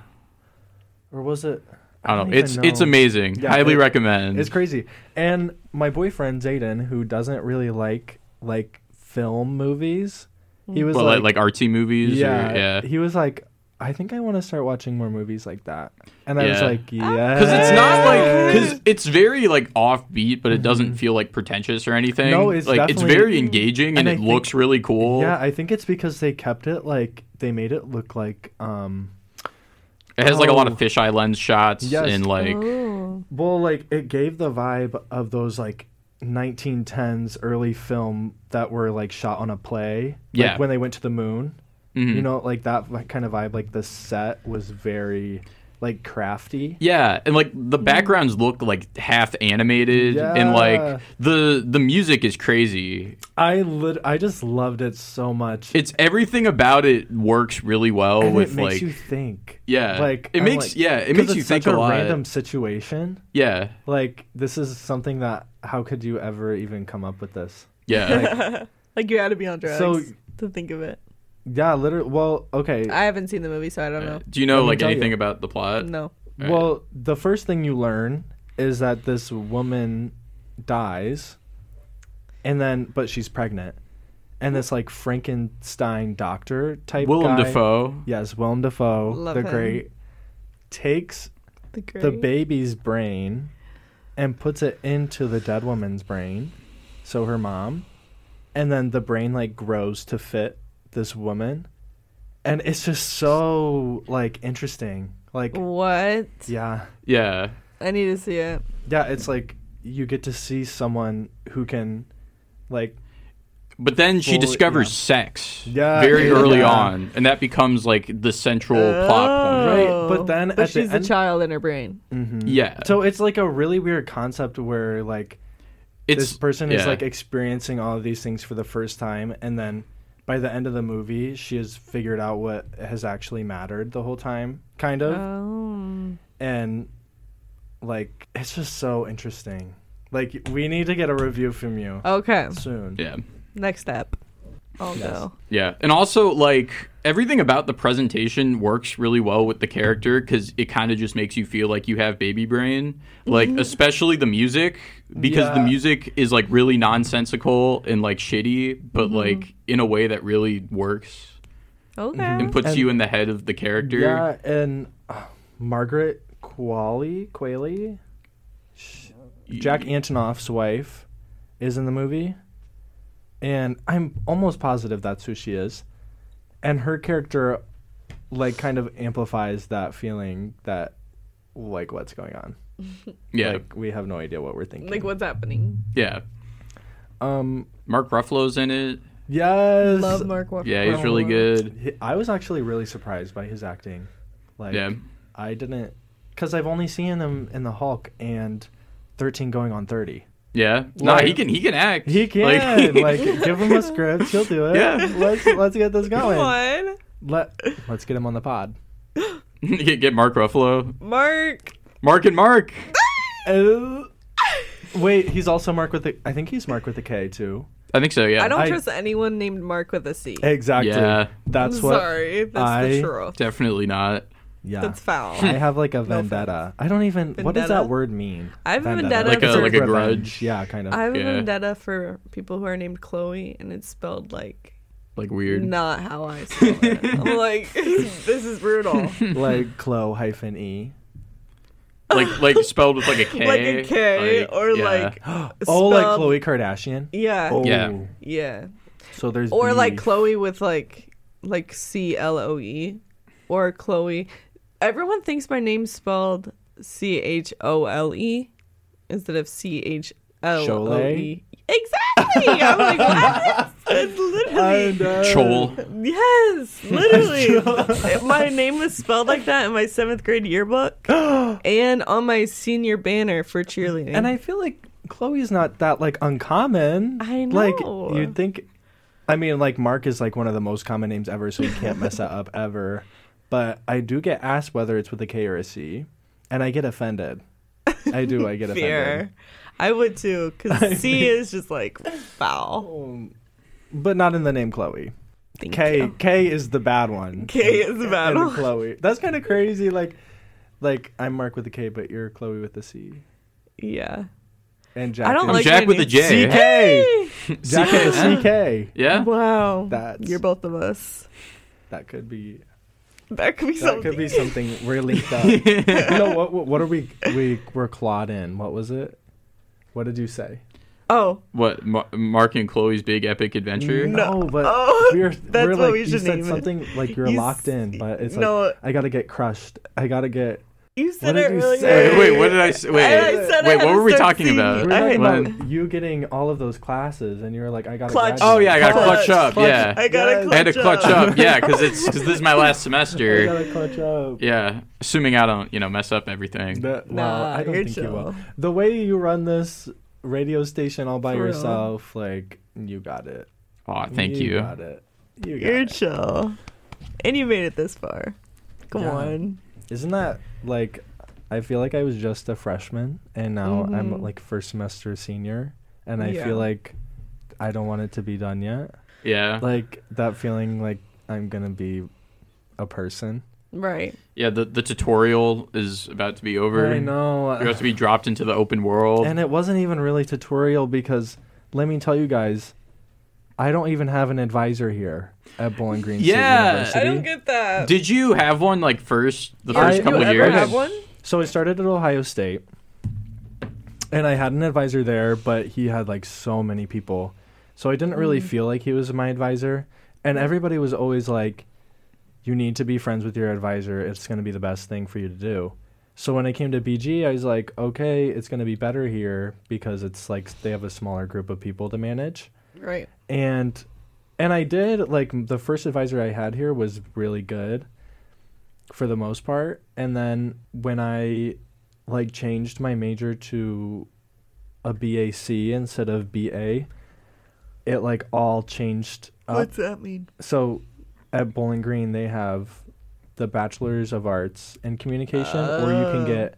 Speaker 1: or was it?
Speaker 3: I don't know.
Speaker 1: even
Speaker 3: It's it's
Speaker 1: know.
Speaker 3: amazing.
Speaker 1: Yeah,
Speaker 3: Highly
Speaker 1: it-
Speaker 3: recommend.
Speaker 1: It's crazy. And my boyfriend Zayden, who doesn't really like like film movies, he was
Speaker 3: But like,
Speaker 1: like,
Speaker 3: like artsy movies.
Speaker 1: yeah,
Speaker 3: or, yeah.
Speaker 1: He was like, I think I want to start watching more movies like that. And I was
Speaker 3: Yeah.
Speaker 1: like, yeah,
Speaker 3: Because it's not like because it's very like offbeat, but it doesn't feel like pretentious or anything.
Speaker 1: Mm-hmm. No, it's
Speaker 3: like it's
Speaker 1: definitely- Mm.
Speaker 3: very engaging and,
Speaker 1: And I
Speaker 3: it
Speaker 1: think-
Speaker 3: looks really cool.
Speaker 1: Yeah, I think it's because they kept it like they made it look like um
Speaker 3: it has like a lot of
Speaker 1: Oh.
Speaker 3: fisheye lens shots
Speaker 1: Yes.
Speaker 3: and like
Speaker 2: Oh.
Speaker 1: Well, like it gave the vibe of those like 1910s early film that were like shot on a play.
Speaker 3: Yeah.
Speaker 1: Like when they went to the moon.
Speaker 3: Mhm.
Speaker 1: You know, like that like, kind of vibe. Like the set was very like crafty.
Speaker 3: Yeah, and like the
Speaker 1: Mm.
Speaker 3: backgrounds look like half animated, and
Speaker 1: Yeah.
Speaker 3: like the the music is crazy.
Speaker 1: I lit- I just loved it so much.
Speaker 3: It's everything about it works really well
Speaker 1: And
Speaker 3: with
Speaker 1: it makes
Speaker 3: like
Speaker 1: you think.
Speaker 3: Yeah.
Speaker 1: Like
Speaker 3: It
Speaker 1: I'm
Speaker 3: makes-
Speaker 1: like-
Speaker 3: yeah, it
Speaker 1: 'cause
Speaker 3: makes
Speaker 1: it's
Speaker 3: you think
Speaker 1: such
Speaker 3: a lot.
Speaker 1: Random situation.
Speaker 3: yeah
Speaker 1: Like this is something that how could you ever even come up with this?
Speaker 3: yeah
Speaker 2: Like you had to be on drugs
Speaker 1: So-
Speaker 2: to think of it.
Speaker 1: Yeah, literally. Well, okay.
Speaker 2: I haven't seen the movie, so I don't know.
Speaker 3: do you know
Speaker 1: Let me
Speaker 3: like
Speaker 1: tell
Speaker 3: anything
Speaker 1: you.
Speaker 3: about the plot?
Speaker 2: No.
Speaker 3: Right.
Speaker 1: Well, the first thing you learn is that this woman dies, and then but she's pregnant, and this like Frankenstein doctor type
Speaker 3: Willem
Speaker 1: guy,
Speaker 3: Dafoe.
Speaker 1: Yes, Willem Dafoe,
Speaker 2: Love
Speaker 1: the
Speaker 2: him.
Speaker 1: great, takes
Speaker 2: The great.
Speaker 1: the baby's brain and puts it into the dead woman's brain, so her mom, and then the brain like grows to fit this woman, and it's just so like interesting, like.
Speaker 2: What?
Speaker 1: Yeah.
Speaker 3: Yeah,
Speaker 2: I need to see it.
Speaker 1: Yeah, it's like you get to see someone who can, like,
Speaker 3: but then she
Speaker 1: Well,
Speaker 3: discovers
Speaker 1: yeah.
Speaker 3: sex
Speaker 1: Yeah,
Speaker 3: very early
Speaker 1: yeah.
Speaker 3: on, and that becomes like the central plot point. Mm.
Speaker 1: Right, but then
Speaker 2: Oh. but
Speaker 1: at the
Speaker 2: she's
Speaker 1: end-
Speaker 2: a child in her brain.
Speaker 3: Yeah,
Speaker 1: Oh. so it's like a really weird concept where like
Speaker 3: it's
Speaker 1: this person is
Speaker 3: yeah.
Speaker 1: like experiencing all of these things for the first time, and then by the end of the movie, she has figured out what has actually mattered the whole time, kind of,
Speaker 2: Oh.
Speaker 1: and like it's just so interesting. Like we need to get a review from you
Speaker 2: Okay.
Speaker 1: soon.
Speaker 3: yeah.
Speaker 2: Next step. I'll
Speaker 1: Yes.
Speaker 2: go.
Speaker 3: Yeah. And also, like, everything about the presentation works really well with the character because it kind of just makes you feel like you have baby brain. Like, especially the music, because the
Speaker 1: Mm-hmm. Yeah.
Speaker 3: music is, like, really nonsensical and, like, shitty, but,
Speaker 1: Mm-hmm.
Speaker 3: like, in a way that really works
Speaker 1: Mm-hmm.
Speaker 2: Okay.
Speaker 3: and puts
Speaker 1: And-
Speaker 3: you in the head of the character.
Speaker 1: Yeah, and uh, Margaret Qualley, Qualley, Jack Antonoff's wife, is in the movie, and I'm almost positive that's who she is, and her character, like, kind of amplifies that feeling that, like, what's going on?
Speaker 3: Yeah.
Speaker 1: Like, we have no idea what we're thinking.
Speaker 2: Like what's happening?
Speaker 3: yeah.
Speaker 1: Um.
Speaker 3: Mark Ruffalo's in it.
Speaker 1: Yes.
Speaker 2: Love Mark Wahlberg.
Speaker 3: Yeah, he's really good.
Speaker 1: He- I was actually really surprised by his acting. Like,
Speaker 3: Yeah.
Speaker 1: I didn't, because I've only seen him in The Hulk and 13 Going on 30.
Speaker 3: Yeah. Nah,
Speaker 1: Like-
Speaker 3: he can he can act.
Speaker 1: He
Speaker 3: Like-
Speaker 1: can like, give him a script, he'll do it.
Speaker 3: Yeah.
Speaker 1: let's let's get this
Speaker 2: Come
Speaker 1: going.
Speaker 2: on.
Speaker 1: Let let's get him on the pod.
Speaker 3: get get Mark Ruffalo.
Speaker 2: Mark.
Speaker 3: Mark and Mark.
Speaker 1: Uh, wait, he's also Mark with the. I think he's Mark with the K too.
Speaker 3: I think so, yeah.
Speaker 2: I don't
Speaker 1: I-
Speaker 2: trust anyone named Mark with a C.
Speaker 1: Exactly.
Speaker 3: Yeah.
Speaker 1: That's
Speaker 2: I'm
Speaker 1: what.
Speaker 2: Sorry, that's the
Speaker 1: I-
Speaker 2: truth.
Speaker 3: Definitely not.
Speaker 1: Yeah.
Speaker 2: That's foul.
Speaker 1: I have like a vendetta. I don't even. What does
Speaker 2: Vendetta?
Speaker 1: that word mean?
Speaker 2: I have a vendetta
Speaker 3: Like a-
Speaker 1: It's
Speaker 3: like a
Speaker 1: revenge.
Speaker 3: grudge.
Speaker 1: Yeah, kind of.
Speaker 2: I have a
Speaker 3: Yeah.
Speaker 2: vendetta for people who are named Chloe, and it's spelled like
Speaker 3: Like weird.
Speaker 2: not how I spell it. I'm like, this is brutal.
Speaker 1: like Chloe hyphen E.
Speaker 3: like like spelled with like a K.
Speaker 2: Like a K or
Speaker 3: yeah.
Speaker 2: like
Speaker 1: Oh, like
Speaker 2: spelled-
Speaker 1: Chloe Kardashian.
Speaker 2: Yeah,
Speaker 1: Oh, Mm.
Speaker 3: Yeah.
Speaker 2: yeah,
Speaker 1: So there's
Speaker 2: or like
Speaker 1: beef.
Speaker 2: Chloe with like like C L O E, or Chloe. Everyone thinks my name's spelled C H O L E instead of C H L O
Speaker 1: Chole?
Speaker 2: E. Exactly. I'm like, what? It's literally.
Speaker 1: And, uh,
Speaker 3: Chol.
Speaker 2: Yes, literally. my name was spelled like that in my seventh grade yearbook and on my senior banner for cheerleading.
Speaker 1: And I feel like Chloe's not that like uncommon.
Speaker 2: I
Speaker 1: Like
Speaker 2: know.
Speaker 1: you'd think. I mean, like Mark is like one of the most common names ever, so you can't mess that up ever. But I do get asked whether it's with a K or a C, and I get offended. I do. I get offended.
Speaker 2: fear. I would too, because C is just like foul.
Speaker 1: Um, But not in the name Chloe.
Speaker 2: Thank
Speaker 1: K
Speaker 2: you.
Speaker 1: K is the bad one.
Speaker 2: K is the bad
Speaker 1: And
Speaker 2: one.
Speaker 1: Chloe. That's kind of crazy. Like, like I'm Mark with a K, but you're Chloe with a C.
Speaker 2: Yeah.
Speaker 1: And Jack.
Speaker 2: I don't
Speaker 1: is
Speaker 3: I'm
Speaker 2: like
Speaker 3: Jack
Speaker 2: my
Speaker 3: with a
Speaker 2: name.
Speaker 3: J.
Speaker 1: CK. Jack is a CK.
Speaker 3: Yeah.
Speaker 2: Wow.
Speaker 1: That's-
Speaker 2: You're both of us.
Speaker 1: That could be.
Speaker 2: That could be
Speaker 1: That
Speaker 2: something.
Speaker 1: could be something we're linked up. no, what, what what are we we were clawed in? What was it? What did you say?
Speaker 2: Oh,
Speaker 3: What Ma- Mark and Chloe's big epic adventure?
Speaker 1: No, but
Speaker 2: Oh,
Speaker 1: we're,
Speaker 2: that's
Speaker 1: we're
Speaker 2: what
Speaker 1: like
Speaker 2: we
Speaker 1: you
Speaker 2: should
Speaker 1: said
Speaker 2: name it.
Speaker 1: something like you're
Speaker 2: You
Speaker 1: locked in,
Speaker 2: s-
Speaker 1: but it's
Speaker 2: no.
Speaker 1: like I gotta get crushed. I gotta get
Speaker 4: You said
Speaker 1: did
Speaker 4: it
Speaker 1: you
Speaker 4: really
Speaker 1: say?
Speaker 4: early.
Speaker 3: Wait, wait, what did I say? Wait,
Speaker 4: I said I
Speaker 3: wait,
Speaker 4: had
Speaker 3: what
Speaker 4: to
Speaker 3: were we
Speaker 4: start
Speaker 3: talking
Speaker 4: seeing
Speaker 3: about?
Speaker 4: you.
Speaker 1: We were talking
Speaker 4: I-
Speaker 1: about you getting all of those classes, and you were like, I got
Speaker 4: Clutch.
Speaker 3: Oh yeah, I got to
Speaker 4: Clutch.
Speaker 3: clutch up.
Speaker 1: Clutch.
Speaker 3: Yeah,
Speaker 4: I gotta
Speaker 1: Yes.
Speaker 4: clutch
Speaker 3: I had to clutch
Speaker 4: up.
Speaker 3: up. Yeah, because it's because this is my last
Speaker 1: I
Speaker 3: semester.
Speaker 1: gotta clutch up.
Speaker 3: Yeah, assuming I don't, you know, mess up everything.
Speaker 1: That, well,
Speaker 4: Nah,
Speaker 1: I don't
Speaker 4: you're
Speaker 1: think you will.
Speaker 4: chill.
Speaker 1: The way you run this radio station all by
Speaker 2: For real.
Speaker 1: yourself, like you got it.
Speaker 3: Aw, Uh, thank you.
Speaker 1: Got it. You got
Speaker 4: You're
Speaker 1: it.
Speaker 4: chill. And you made it this far. Come
Speaker 1: Yeah.
Speaker 4: on.
Speaker 1: Isn't that like? I feel like I was just a freshman, and now I'm
Speaker 2: Mhm.
Speaker 1: like first semester senior, and I
Speaker 2: Yeah.
Speaker 1: feel like I don't want it to be done yet.
Speaker 3: Yeah,
Speaker 1: Like that feeling, like I'm gonna be a person.
Speaker 2: Right.
Speaker 3: yeah. The the tutorial is about to be over.
Speaker 1: I know.
Speaker 3: You're about to be dropped into the open world.
Speaker 1: And it wasn't even really tutorial because let me tell you guys, I don't even have an advisor here at Bowling Green
Speaker 3: Yeah.
Speaker 1: State
Speaker 2: I
Speaker 1: University.
Speaker 2: don't get that.
Speaker 3: Did you have one like first the first
Speaker 1: I-
Speaker 3: couple
Speaker 1: You
Speaker 3: of
Speaker 1: ever
Speaker 3: years?
Speaker 1: have
Speaker 2: one?
Speaker 1: so I started at Ohio State, and I had an advisor there, but he had like so many people, so I didn't really feel like he was my advisor. And everybody was always like, "You need to be friends with your advisor. It's going to be the best thing for you to do." So when I came to BG, I was like, "Okay, it's going to be better here because it's like they have a smaller group of people to manage."
Speaker 2: Right.
Speaker 1: and and I did like m- the first advisor I had here was really good for the most part and then when I like changed my major to a BAC instead of BA it like all changed up
Speaker 4: What's that mean?
Speaker 1: so at Bowling Green they have the bachelors of arts in communication or you can
Speaker 4: Oh.
Speaker 1: get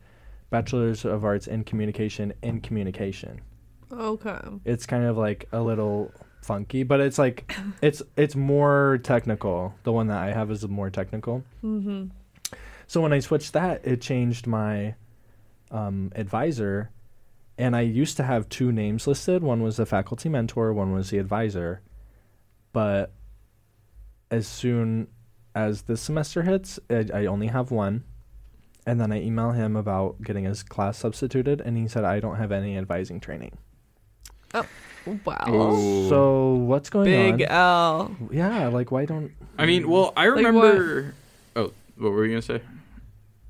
Speaker 1: bachelors of arts in communication in communication
Speaker 2: Okay.
Speaker 1: it's kind of like a little funky but it's like it's it's more technical the one that i have is more technical
Speaker 2: Mm-hmm.
Speaker 1: so when i switched that it changed my um, advisor and i used to have two names listed one was the faculty mentor one was the advisor but as soon as this semester hits i, I only have one and then i email him about getting his class substituted and he said i don't have any advising training
Speaker 2: Wow.
Speaker 3: Ooh.
Speaker 1: so what's going on
Speaker 2: Big L.
Speaker 1: Yeah, like why don't
Speaker 3: I mean, well, I
Speaker 2: Like
Speaker 3: remember. oh, what were you gonna say?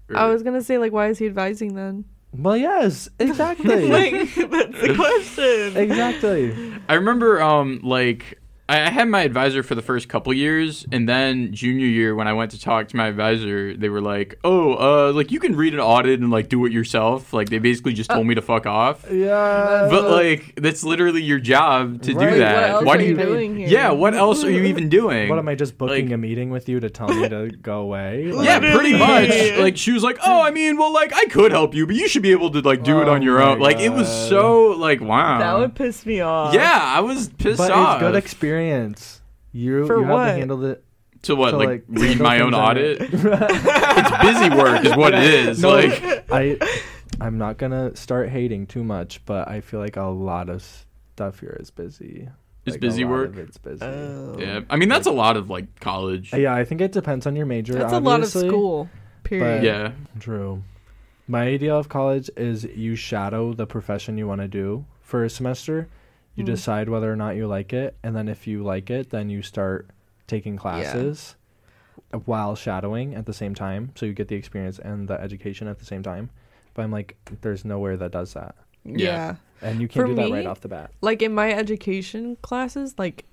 Speaker 3: Or-
Speaker 2: I was gonna say like, why is he advising then?
Speaker 1: Well, yes, exactly.
Speaker 4: Like, that's the question.
Speaker 1: exactly.
Speaker 3: I remember, um, like I I had my advisor for the first couple years, and then junior year when I went to talk to my advisor, they were like, "Oh, uh, like you can read an audit and like do it yourself." Like they basically just told me to fuck off.
Speaker 1: Yeah.
Speaker 3: But like that's literally your job to
Speaker 1: uh, Right,
Speaker 3: do that.
Speaker 2: What else
Speaker 3: Why
Speaker 2: are
Speaker 3: do
Speaker 2: you
Speaker 3: you?
Speaker 2: doing here?
Speaker 3: Yeah, what else are you even doing?
Speaker 1: what am I just booking
Speaker 3: Like-
Speaker 1: a meeting with you to tell me to go away? Like,
Speaker 3: Yeah, pretty
Speaker 4: Literally.
Speaker 3: much. Like she was like, "Oh, I mean, well, like I could help you, but you should be able to like do it
Speaker 1: Oh
Speaker 3: on your
Speaker 1: my
Speaker 3: own." Like it was
Speaker 1: God.
Speaker 3: so like wow.
Speaker 4: That would piss me off.
Speaker 3: yeah, I was pissed
Speaker 1: but it's
Speaker 3: off.
Speaker 1: good experience. You
Speaker 4: For
Speaker 1: you have
Speaker 4: what?
Speaker 1: to handle it.
Speaker 3: to what
Speaker 1: to,
Speaker 3: like,
Speaker 1: like,
Speaker 3: read
Speaker 1: handle
Speaker 3: my own
Speaker 1: things on
Speaker 3: audit. it's busy work, is what it is.
Speaker 1: No,
Speaker 3: like
Speaker 1: I I'm not gonna start hating too much, but I feel like a lot of stuff here is busy.
Speaker 3: Is
Speaker 1: Like, a
Speaker 3: busy
Speaker 1: lot
Speaker 3: work?
Speaker 1: of It's busy.
Speaker 2: Uh, Um,
Speaker 4: Oh.
Speaker 3: yeah, I mean that's a lot of like college.
Speaker 1: yeah, I think it depends on your major.
Speaker 2: That's a lot of
Speaker 1: obviously.
Speaker 2: school. Period.
Speaker 3: Yeah,
Speaker 1: True. My idea of college is you shadow the profession you want to do for a semester. You
Speaker 2: Mm.
Speaker 1: decide whether or not you like it, and then if you like it, then you start taking classes while shadowing at the same time, so you get the experience and the education at the same time. But I'm like, there's nowhere that does that,
Speaker 2: Yeah.
Speaker 1: and you can't
Speaker 2: For
Speaker 1: do that right
Speaker 2: me-
Speaker 1: off the bat.
Speaker 2: Like in my education classes, like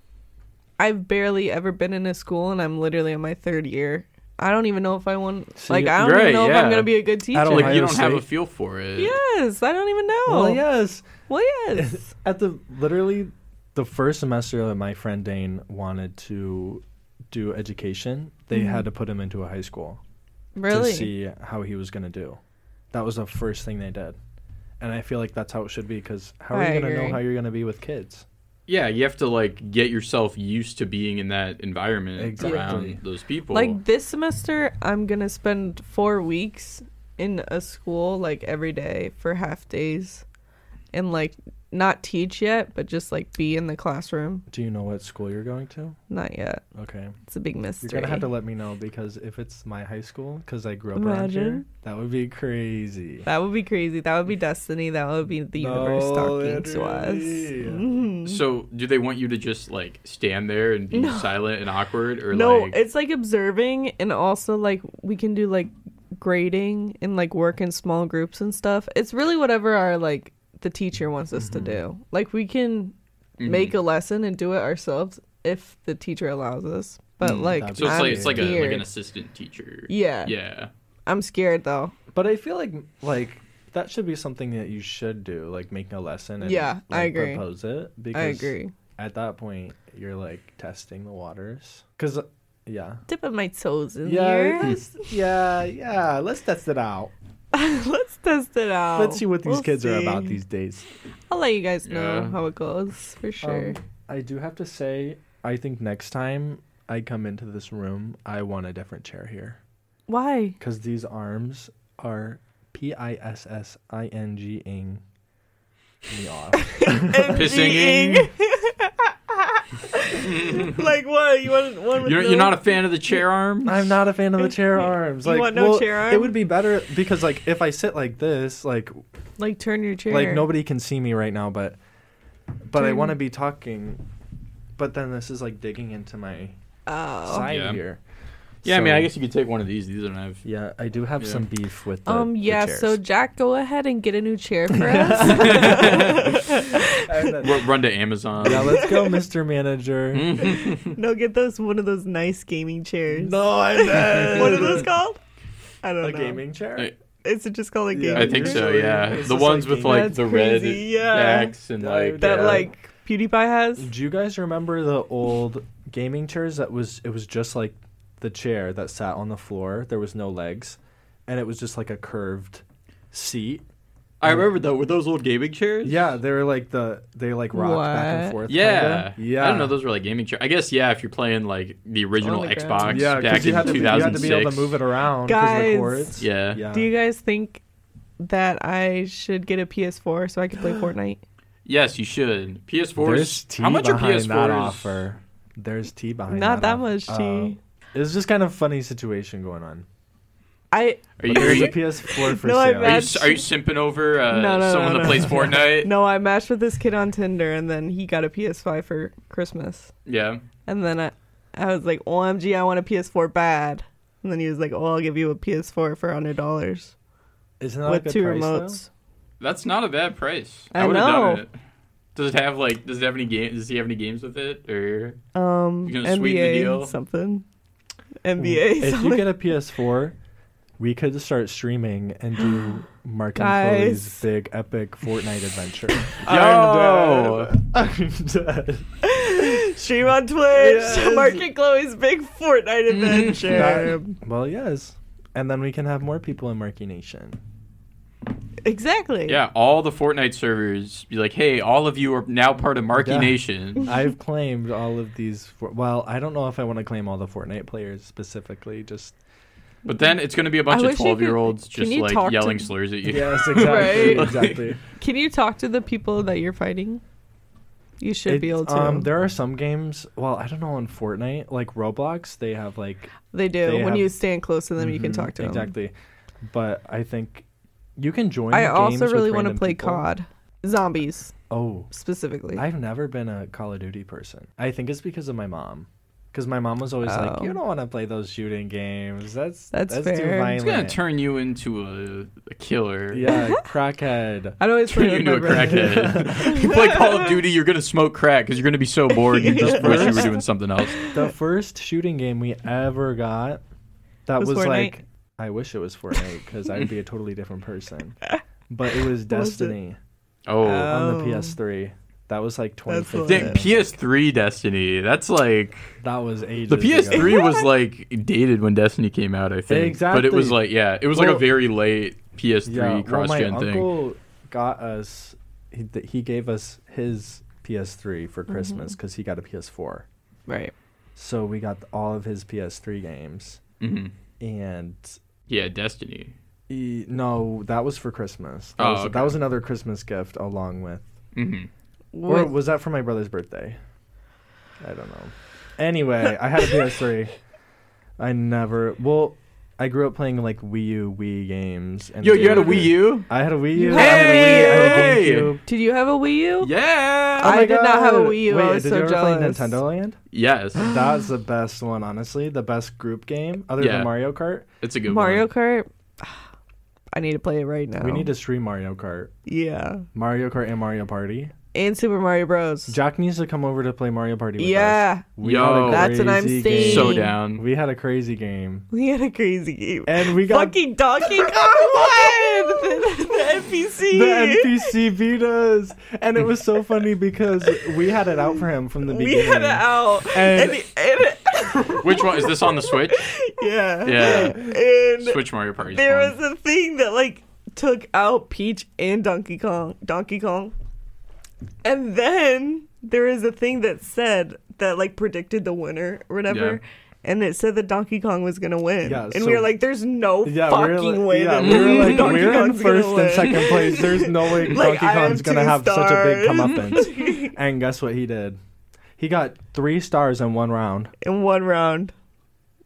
Speaker 2: I've barely ever been in a school, and I'm literally in my third year. I don't even know if I want.
Speaker 1: See,
Speaker 2: Like I don't
Speaker 3: right,
Speaker 2: even know if
Speaker 3: yeah.
Speaker 2: I'm gonna be a good teacher.
Speaker 1: don't
Speaker 3: Like
Speaker 1: Ohio
Speaker 3: you don't have a
Speaker 1: State.
Speaker 3: feel for it.
Speaker 2: Yes, I don't even know.
Speaker 1: Well, yes.
Speaker 2: Well, yes.
Speaker 1: at the literally the first semester that my friend Dane wanted to do education, they
Speaker 2: Hmm.
Speaker 1: had to put him into a high school.
Speaker 2: really?
Speaker 1: to see how he was going to do. That was the first thing they did. And I feel like that's how it should be because how are
Speaker 2: I
Speaker 1: you going to know
Speaker 2: agree.
Speaker 1: how you're going to be with kids?
Speaker 3: Yeah, you have to like get yourself used to being in that environment
Speaker 1: Exactly.
Speaker 3: around those people.
Speaker 2: Like this semester, I'm gonna spend four weeks in a school like every day for half days, and like not teach yet, but just like be in the classroom.
Speaker 1: Do you know what school you're going to?
Speaker 2: Not yet.
Speaker 1: Okay.
Speaker 2: It's a big
Speaker 1: You're
Speaker 2: mystery.
Speaker 1: going to have to let me know because if it's my high school, because I grew up around here,
Speaker 2: Imagine.
Speaker 1: that would be crazy.
Speaker 2: that would be crazy. That would be destiny. That would be the universe
Speaker 1: No,
Speaker 2: talking to us.
Speaker 1: literally.
Speaker 2: Mhm.
Speaker 3: so do they want you to just like stand there and be
Speaker 2: No.
Speaker 3: silent and awkward, or
Speaker 2: No,
Speaker 3: like
Speaker 2: it's like observing, and also like we can do like grading and like work in small groups and stuff. It's really whatever our like the teacher wants us
Speaker 1: Mm-hmm.
Speaker 2: to do. Like we can
Speaker 3: Mhm.
Speaker 2: make a lesson and do it ourselves if the teacher allows us. But
Speaker 5: Mm,
Speaker 2: like,
Speaker 5: that'd
Speaker 3: So it's
Speaker 2: I'm
Speaker 3: like it's like, a, like
Speaker 2: scared.
Speaker 3: an assistant teacher.
Speaker 2: yeah,
Speaker 3: Yeah.
Speaker 2: I'm scared though.
Speaker 1: But I feel like like that should be something that you should do, like make a lesson and
Speaker 2: Yeah, I
Speaker 1: like,
Speaker 2: agree.
Speaker 1: propose it. Because
Speaker 2: I agree.
Speaker 1: At that point, you're like testing the waters. Cause uh, yeah,
Speaker 2: Dipping my toes in
Speaker 1: yeah,
Speaker 2: here.
Speaker 1: let's- yeah, yeah. Let's test it out.
Speaker 2: Let's test it out.
Speaker 1: Let's see what these
Speaker 2: We'll
Speaker 1: kids are about
Speaker 2: see.
Speaker 1: these days.
Speaker 2: I'll let you guys know
Speaker 3: Yeah.
Speaker 2: how it goes for sure.
Speaker 1: Um, I do have to say, I think next time I come into this room, I want a different chair here.
Speaker 2: Why?
Speaker 1: Because these arms are P I S S I N G ing me off.
Speaker 3: Pissing.
Speaker 6: like what? You want one with
Speaker 3: You're,
Speaker 6: no-
Speaker 3: you're not a fan of the chair arm?
Speaker 1: I'm not a fan of the chair arms.
Speaker 6: You
Speaker 1: Like,
Speaker 6: want no
Speaker 1: well,
Speaker 6: chair
Speaker 1: It
Speaker 6: arm?
Speaker 1: would be better because, like, if I sit like this, like,
Speaker 2: Like turn your chair.
Speaker 1: like nobody can see me right now, but, but I
Speaker 2: Turn.
Speaker 1: want to be talking. But then this is like digging into my
Speaker 2: Oh.
Speaker 1: side
Speaker 3: Yeah.
Speaker 1: here.
Speaker 3: Yeah, I mean,
Speaker 1: So,
Speaker 3: I guess you could take one of these. These don't have.
Speaker 1: Yeah, I do have
Speaker 3: Yeah.
Speaker 1: some beef with. The,
Speaker 2: um.
Speaker 1: the
Speaker 2: Yeah.
Speaker 1: chairs.
Speaker 2: So Jack, go ahead and get a new chair for us.
Speaker 3: Ru- Run to Amazon.
Speaker 1: Yeah, let's go, Mr.
Speaker 3: Mm.
Speaker 1: Manager.
Speaker 6: No, get those one of those nice gaming chairs.
Speaker 1: I meant
Speaker 6: What are those called? I don't
Speaker 1: A
Speaker 6: know.
Speaker 1: gaming chair.
Speaker 3: I-
Speaker 6: Is it just called a gaming?
Speaker 3: I think so.
Speaker 1: Really?
Speaker 3: Yeah,
Speaker 1: It's
Speaker 3: the
Speaker 1: just
Speaker 3: ones
Speaker 1: like
Speaker 3: with like
Speaker 6: That's
Speaker 3: the
Speaker 6: crazy,
Speaker 3: red
Speaker 6: yeah.
Speaker 3: backs and
Speaker 1: Yeah,
Speaker 3: like
Speaker 6: that
Speaker 1: Yeah.
Speaker 6: like PewDiePie has.
Speaker 1: Do you guys remember the old gaming chairs that was it was just like the chair that sat on the floor. There was no legs, and it was just like a curved seat.
Speaker 3: I remember though with those old gaming chairs.
Speaker 1: Yeah, they were like the they like rocked back and
Speaker 2: What?
Speaker 1: forth.
Speaker 3: Yeah,
Speaker 1: kinda. yeah.
Speaker 3: I don't know. Those were like gaming chairs. I guess yeah. If you're playing like the original
Speaker 2: Oh my God.
Speaker 3: Xbox
Speaker 1: Yeah,
Speaker 3: back
Speaker 1: you
Speaker 3: in
Speaker 1: had, to be, you had to be able to
Speaker 3: 2006.
Speaker 1: move it around. 'cause of the
Speaker 2: Guys.
Speaker 1: cords.
Speaker 3: Yeah.
Speaker 1: yeah.
Speaker 2: Do you guys think that I should get a PS4 so I can play Fortnite?
Speaker 3: Yes, you should.
Speaker 1: There's
Speaker 3: PS4s.
Speaker 1: tea
Speaker 3: How much are
Speaker 1: behind
Speaker 3: PS4s?
Speaker 1: that offer? There's tea behind
Speaker 2: Not
Speaker 1: that
Speaker 2: that much
Speaker 1: off-
Speaker 2: tea.
Speaker 1: Uh, it's just kind of funny situation going on. Ah.
Speaker 2: I
Speaker 3: Are you,
Speaker 1: But
Speaker 3: are,
Speaker 1: There's
Speaker 3: you,
Speaker 1: a PS4 for
Speaker 6: No, I
Speaker 1: sale.
Speaker 3: are, you,
Speaker 6: bet.
Speaker 3: s- are you simping over uh,
Speaker 2: No, no,
Speaker 3: someone
Speaker 2: no,
Speaker 3: that
Speaker 2: no.
Speaker 3: plays Fortnite?
Speaker 2: no, I matched with this kid on Tinder, and then he got a PS5 for Christmas,
Speaker 3: Yeah.
Speaker 2: and then I, I was like, OMG, I want a PS4 bad, and then he was like, Oh, I'll give you a PS4 for hundred dollars
Speaker 1: Isn't that a
Speaker 2: with
Speaker 1: good
Speaker 2: two
Speaker 1: price, though?
Speaker 2: remotes.
Speaker 3: That's not a bad price.
Speaker 2: I
Speaker 3: would've
Speaker 2: know.
Speaker 3: it. Does it have like? Does it have any game? Does he have any games with it? Or
Speaker 2: Um,
Speaker 3: You gonna sweeten the deal?
Speaker 2: NBA something, NBA
Speaker 1: If you
Speaker 2: something.
Speaker 1: get a PS4, we could start streaming and do Mark and
Speaker 2: Guys.
Speaker 1: Chloe's big epic Fortnite adventure.
Speaker 3: Yo!
Speaker 1: I'm dead.
Speaker 6: Stream on Twitch.
Speaker 1: Yes.
Speaker 6: Market Chloe's big Fortnite
Speaker 2: Mm-hmm.
Speaker 6: adventure.
Speaker 1: Well, yes. And then we can have more people in Marky Nation.
Speaker 2: exactly.
Speaker 3: Yeah, all the Fortnite servers be like, hey, all of you are now part of Marky
Speaker 1: Yeah.
Speaker 3: Nation.
Speaker 1: I've claimed all of these. For- well, I don't know if I want to claim all the Fortnite players specifically. Just
Speaker 3: But then it's going to be a bunch
Speaker 2: I
Speaker 3: of
Speaker 2: wish you
Speaker 3: 12 year olds
Speaker 2: could-
Speaker 3: just
Speaker 2: can you
Speaker 3: like
Speaker 2: talk to-
Speaker 3: yelling slurs at you.
Speaker 1: yes, exactly,
Speaker 2: Right.
Speaker 1: exactly.
Speaker 2: Can you talk to the people that you're fighting? You should be
Speaker 1: It's-
Speaker 2: able to.
Speaker 1: Um, there are some games. Well, I don't know on Fortnite, like Roblox, they have like
Speaker 2: they do.
Speaker 1: they
Speaker 2: when
Speaker 1: have-
Speaker 2: you stand close to them, you can
Speaker 3: Mm-hmm.
Speaker 1: Mhm,
Speaker 2: talk to them.
Speaker 1: exactly. But I think you can join.
Speaker 2: I
Speaker 1: the
Speaker 2: also
Speaker 1: games
Speaker 2: really
Speaker 1: want to
Speaker 2: play COD, zombies
Speaker 1: Oh,
Speaker 2: specifically.
Speaker 1: I've never been a Call of Duty person. I think it's because of my mom. Because my mom was always like,
Speaker 2: Oh.
Speaker 1: "You don't want to play those shooting games. That's that's,
Speaker 2: That's
Speaker 1: too
Speaker 2: fair.
Speaker 1: violent."
Speaker 3: It's going to turn you into a, a killer.
Speaker 1: yeah, crackhead.
Speaker 2: I'd always play
Speaker 3: Turn you
Speaker 2: with
Speaker 3: into
Speaker 2: my
Speaker 3: a
Speaker 2: brother.
Speaker 3: crackhead. you play Call of Duty, you're going to smoke crack because you're going to be so bored you just wish you were doing something else.
Speaker 1: The first shooting game we ever got, that was,
Speaker 2: Was Fortnite?
Speaker 1: like, I wish it was Fortnite because I'd be a totally different person. But it was
Speaker 6: What was it?
Speaker 1: Destiny
Speaker 3: Oh.
Speaker 6: Uh,
Speaker 1: on
Speaker 6: Oh.
Speaker 1: the PS3. That was like
Speaker 6: That's what-
Speaker 1: 2015.
Speaker 3: Dang, PS3 Destiny. That's like
Speaker 1: That was ages.
Speaker 3: the
Speaker 1: ago.
Speaker 3: PS3 was like dated when Destiny came out, I think. But it was
Speaker 1: Exactly.
Speaker 3: like yeah, it was like
Speaker 1: Well-
Speaker 3: a very late PS3
Speaker 1: Yeah, well,
Speaker 3: cross
Speaker 1: my
Speaker 3: gen thing.
Speaker 1: uncle got us. He, th- he gave us his PS3 for Christmas because he got a PS4.
Speaker 2: right.
Speaker 1: So we got all of his PS3 games,
Speaker 3: hmm
Speaker 1: and
Speaker 3: Yeah, Destiny.
Speaker 1: he, no, that was for Christmas. That,
Speaker 3: Oh,
Speaker 1: was,
Speaker 3: okay.
Speaker 1: that was another Christmas gift along with.
Speaker 3: hmm
Speaker 1: Or
Speaker 2: What-
Speaker 1: was that for my brother's birthday? I don't know. Anyway, I had a PS3. I never. Well, I grew up playing like Wii U, Wii games. And
Speaker 3: Yo, you had a Wii
Speaker 1: GameCube.
Speaker 3: U?
Speaker 1: I had a Wii U.
Speaker 2: You
Speaker 1: I had a Wii. I had a
Speaker 3: Hey!
Speaker 1: GameCube. Oh
Speaker 2: Did you have a Wii U?
Speaker 3: Yeah.
Speaker 1: Uh,
Speaker 2: I did not have a Wii U, I
Speaker 1: Wait,
Speaker 2: was
Speaker 1: did
Speaker 2: so
Speaker 1: you ever
Speaker 2: jealous.
Speaker 1: play Nintendo Land?
Speaker 3: yes,
Speaker 1: That's the best one, honestly. The best group game, other
Speaker 3: Yeah.
Speaker 1: than Mario Kart.
Speaker 3: it's a good
Speaker 2: Mario
Speaker 3: one.
Speaker 2: Kart. I need to play it right now.
Speaker 1: We need to stream Mario Kart.
Speaker 2: Yeah.
Speaker 1: Mario Kart and Mario Party.
Speaker 2: And Super Mario Bros.
Speaker 1: Jack needs to come over to play Mario Party with us.
Speaker 2: yeah.
Speaker 1: We had a
Speaker 3: Yo.
Speaker 2: That's what I'm
Speaker 1: crazy
Speaker 2: saying.
Speaker 1: game.
Speaker 3: So down.
Speaker 1: We had a crazy game.
Speaker 2: We had a crazy game.
Speaker 1: And we got
Speaker 2: Fucking Donkey Kong won! The, the NPC.
Speaker 1: the NPC beat us. And it was so funny because we had it out for him from the beginning.
Speaker 2: We had it out.
Speaker 1: And-
Speaker 2: And, and-
Speaker 3: Which one is this on the Switch?
Speaker 2: yeah.
Speaker 3: Yeah.
Speaker 2: And
Speaker 3: Switch Mario Party.
Speaker 2: there was a thing that like took out Peach and Donkey Kong. Donkey Kong. And then there is a thing that said that like predicted the winner or whatever.
Speaker 3: Yeah.
Speaker 2: And it said that Donkey Kong was gonna win,
Speaker 1: Yeah,
Speaker 2: and
Speaker 1: so-
Speaker 2: we were like, "There's no
Speaker 1: Yeah, we were
Speaker 2: fucking
Speaker 1: like,
Speaker 2: way
Speaker 1: yeah,
Speaker 2: that
Speaker 1: we were like,
Speaker 2: Donkey
Speaker 1: we're in
Speaker 2: Kong's gonna
Speaker 1: first and
Speaker 2: win."
Speaker 1: second place. There's no way
Speaker 2: Like,
Speaker 1: Donkey
Speaker 2: I have
Speaker 1: Kong's gonna
Speaker 2: two
Speaker 1: have such a big
Speaker 2: stars.
Speaker 1: comeuppance. and guess what he did? He got three stars in one round,
Speaker 2: in one round.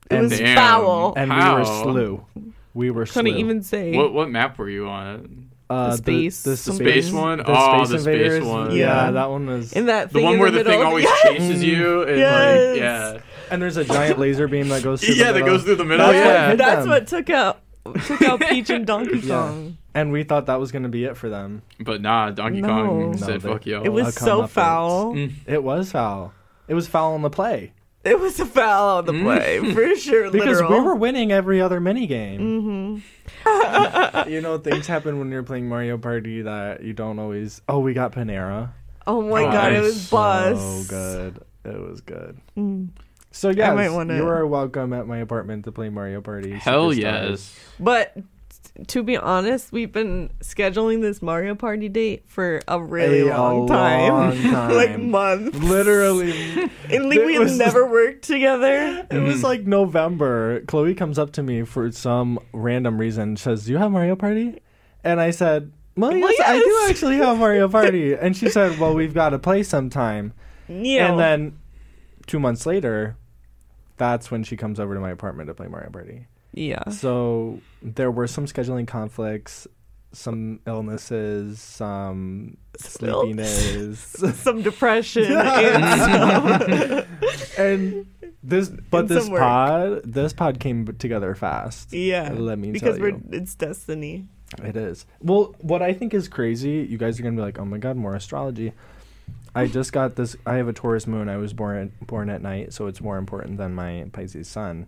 Speaker 2: It
Speaker 1: And
Speaker 2: was
Speaker 3: damn.
Speaker 2: foul.
Speaker 1: and
Speaker 3: How?
Speaker 1: we were slew. We were
Speaker 2: Couldn't
Speaker 1: slew.
Speaker 2: even say.
Speaker 3: What what map were you on?
Speaker 1: uh,
Speaker 2: The space-
Speaker 1: the,
Speaker 2: some
Speaker 1: space,
Speaker 3: space one? Oh, the space one.
Speaker 1: Yeah,
Speaker 2: Yeah.
Speaker 1: that one was.
Speaker 2: in that
Speaker 3: The
Speaker 2: thing
Speaker 3: one
Speaker 2: in
Speaker 3: where the,
Speaker 2: the,
Speaker 3: thing
Speaker 2: middle.
Speaker 3: always
Speaker 2: Yes!
Speaker 3: chases you and
Speaker 2: Yes.
Speaker 3: like yeah.
Speaker 1: and there's a giant laser beam that goes. Through
Speaker 3: yeah,
Speaker 1: the
Speaker 3: that goes through the middle.
Speaker 1: That's what
Speaker 3: yeah.
Speaker 1: Oh, hit that-
Speaker 2: That's
Speaker 1: them.
Speaker 2: what took out took out Peach and Donkey
Speaker 1: Yeah.
Speaker 2: Kong.
Speaker 1: And we thought that was gonna be it for them.
Speaker 3: But nah, Donkey
Speaker 2: No.
Speaker 3: Kong
Speaker 2: No,
Speaker 3: said
Speaker 1: they-
Speaker 3: fuck y'all.
Speaker 2: It was
Speaker 1: I'll Oh, come Mm.
Speaker 2: so
Speaker 1: up
Speaker 2: foul.
Speaker 3: with-
Speaker 1: It was foul. It was foul on the play
Speaker 2: It was a foul on the play for sure.
Speaker 1: Mm. because
Speaker 2: literal.
Speaker 1: we were winning every other mini game. Mm-hmm. you know, things happen when you're playing Mario Party that you don't always. Oh, we got Panera.
Speaker 2: Oh my
Speaker 3: Oh,
Speaker 2: god, it
Speaker 3: it's
Speaker 2: was bus.
Speaker 1: So good. It was good.
Speaker 2: Mm.
Speaker 1: So yes,
Speaker 2: might wanna-
Speaker 1: you are welcome at my apartment to play Mario Party.
Speaker 3: Hell
Speaker 1: Superstars.
Speaker 3: yes.
Speaker 2: But t- to be honest, we've been scheduling this Mario Party date for a really
Speaker 1: A- a
Speaker 2: long time,
Speaker 1: long time.
Speaker 2: like months.
Speaker 1: Literally,
Speaker 2: And like
Speaker 1: It
Speaker 2: we
Speaker 1: was-
Speaker 2: never worked together.
Speaker 1: it was like November. Chloe comes up to me for some random reason. Says, "Do you have Mario Party?" And I said, "Well, yes, I do
Speaker 2: yes."
Speaker 1: actually have Mario Party." and she said, "Well, we've got to play sometime."
Speaker 2: Yeah.
Speaker 1: And then two months later, that's when she comes over to my apartment to play Mario Party.
Speaker 2: yeah.
Speaker 1: So there were some scheduling conflicts, some illnesses, some
Speaker 2: ill-
Speaker 1: sleepiness,
Speaker 2: Some depression and
Speaker 1: and this but
Speaker 2: And
Speaker 1: this
Speaker 2: some work.
Speaker 1: pod this pod came together fast.
Speaker 2: Yeah.
Speaker 1: Let me
Speaker 2: because
Speaker 1: tell
Speaker 2: we're
Speaker 1: you.
Speaker 2: it's destiny.
Speaker 1: It is. Well, what I think is crazy, you guys are gonna be like, "Oh my god, more astrology." I just got this. I have a Taurus moon. I was born born at night, so it's more important than my Pisces sun.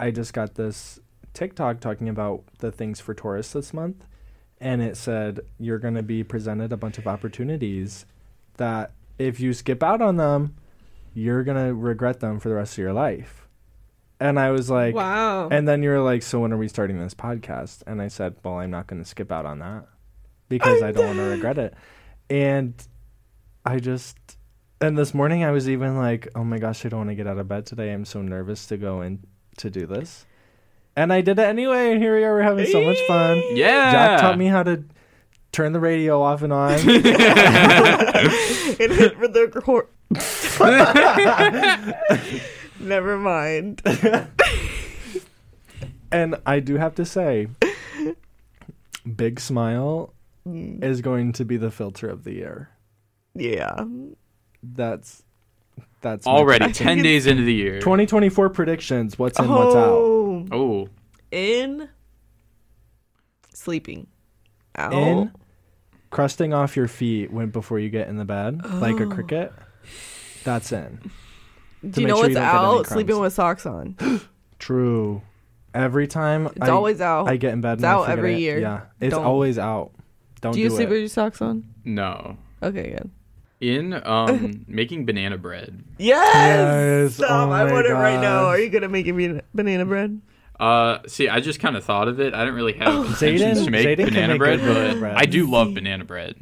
Speaker 1: I just got this TikTok talking about the things for Taurus this month, and it said you're gonna be presented a bunch of opportunities that if you skip out on them, you're gonna regret them for the rest of your life. And I was like,
Speaker 2: wow.
Speaker 1: and then you were like, "So when are we starting this podcast?" And I said, "Well, I'm not going to skip out on that because I don't want to regret it." And I just and this morning I was even like, "Oh my gosh, I don't want to get out of bed today. I'm so nervous to go in to do this." And I did it anyway, and here we are. We're having so much fun.
Speaker 3: Yeah.
Speaker 1: Jack taught me how to turn the radio off and on.
Speaker 2: it hit with the cor- Never mind.
Speaker 1: and I do have to say, Big Smile
Speaker 2: Mm,
Speaker 1: is going to be the filter of the year.
Speaker 2: Yeah.
Speaker 1: That's that's my
Speaker 3: Already
Speaker 2: think
Speaker 3: ten
Speaker 2: it's-
Speaker 3: days into the year.
Speaker 1: 2024 predictions. What's in? What's out?
Speaker 2: Oh,
Speaker 3: Oh.
Speaker 2: in sleeping. Ow.
Speaker 1: In crusting off your feet when before you get in the bed, like
Speaker 2: Oh.
Speaker 1: a cricket. That's in.
Speaker 2: Do
Speaker 1: make
Speaker 2: you know
Speaker 1: sure
Speaker 2: what's
Speaker 1: you don't get any
Speaker 2: out?
Speaker 1: crumbs.
Speaker 2: Sleeping with socks on.
Speaker 1: True. Every time
Speaker 2: It's
Speaker 1: I,
Speaker 2: always out.
Speaker 1: I get in bed,
Speaker 2: It's
Speaker 1: and I
Speaker 2: out
Speaker 1: forget
Speaker 2: every
Speaker 1: it.
Speaker 2: year.
Speaker 1: Yeah, it's
Speaker 2: Don't.
Speaker 1: always out. Don't
Speaker 2: do
Speaker 1: do,
Speaker 2: you sleep with
Speaker 1: it.
Speaker 2: your socks on?
Speaker 3: No.
Speaker 2: Okay, good.
Speaker 3: In um making banana bread.
Speaker 2: Yes.
Speaker 1: Yes.
Speaker 2: Stop.
Speaker 1: Oh
Speaker 2: I
Speaker 1: my
Speaker 2: want it right now.
Speaker 1: gosh.
Speaker 2: Are you gonna make me banana bread?
Speaker 3: Uh see, I just kinda thought of it. I didn't really have intentions
Speaker 1: Oh. Zayden-
Speaker 3: to make
Speaker 1: Zayden can
Speaker 3: banana
Speaker 1: make
Speaker 3: bread,
Speaker 1: good
Speaker 3: but
Speaker 1: banana bread.
Speaker 3: I do love banana bread.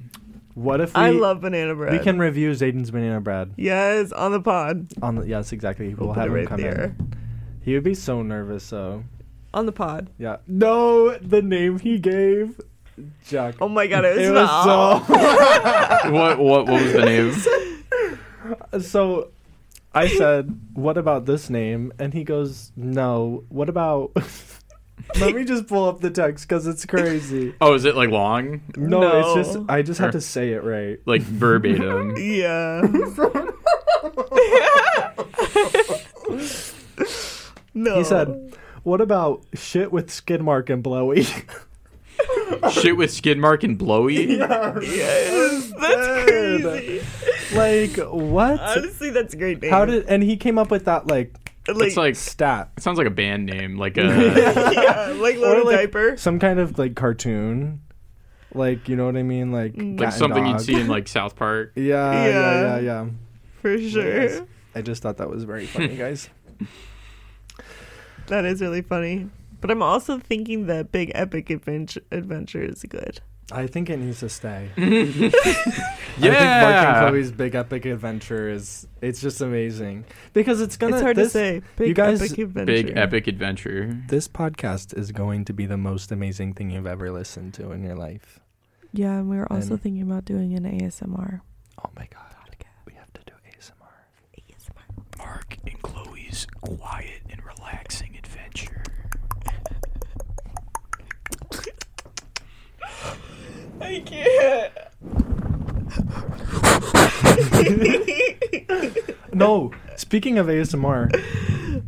Speaker 1: What if we?
Speaker 2: I love banana bread.
Speaker 1: We can review Zayden's banana bread
Speaker 2: Yes, on the pod.
Speaker 1: on the. Yes, exactly. We'll,
Speaker 2: Put
Speaker 1: have
Speaker 2: it
Speaker 1: him
Speaker 2: right
Speaker 1: come
Speaker 2: there.
Speaker 1: in. He would be so nervous. So
Speaker 2: On the pod.
Speaker 1: yeah. No, the name he gave. Jack.
Speaker 2: Oh my god, it was,
Speaker 1: it was so.
Speaker 3: what what what was the name?
Speaker 1: So I said, What about this name? And he goes, No, what about. Let me just pull up the text because it's crazy.
Speaker 3: Oh, is it like long?
Speaker 1: No, it's just.
Speaker 2: No.
Speaker 1: I just have to say it right.
Speaker 3: Like verbatim.
Speaker 2: Yeah. no.
Speaker 1: He said, What about shit with skid mark and blowy?
Speaker 3: Shit with skid mark and blowy.
Speaker 7: That's crazy.
Speaker 1: like what?
Speaker 7: Honestly, that's a great name.
Speaker 1: How did and he came up with that like
Speaker 3: It's like
Speaker 1: stat
Speaker 3: it sounds like a band name, like a
Speaker 7: yeah, like little
Speaker 1: like,
Speaker 7: diaper.
Speaker 1: some kind of like cartoon, like you know what I mean, like cat
Speaker 3: like
Speaker 1: and
Speaker 3: something you'd
Speaker 1: dog.
Speaker 3: see in like South Park.
Speaker 1: Yeah,
Speaker 7: Yeah.
Speaker 1: yeah, yeah, yeah.
Speaker 7: For sure.
Speaker 1: Yes. I just thought that was very funny, guys.
Speaker 7: That is really funny. But I'm also thinking that Big Epic Adventure, adventure is good.
Speaker 1: I think it needs to stay. I think Mark and
Speaker 3: Yeah.
Speaker 1: Chloe's big epic adventure is it's just amazing because it's gonna.
Speaker 7: It's hard
Speaker 1: this,
Speaker 7: to say. Big
Speaker 1: guys-
Speaker 7: Epic Adventure.
Speaker 3: Big epic adventure.
Speaker 1: This podcast is going to be the most amazing thing you've ever listened to in your life.
Speaker 2: Yeah, and we were also
Speaker 1: And-
Speaker 2: thinking about doing an ASMR.
Speaker 1: Oh my god, we have to do ASMR.
Speaker 3: Mark and Chloe's quiet and relaxing adventure.
Speaker 7: I can't.
Speaker 1: No, speaking of ASMR,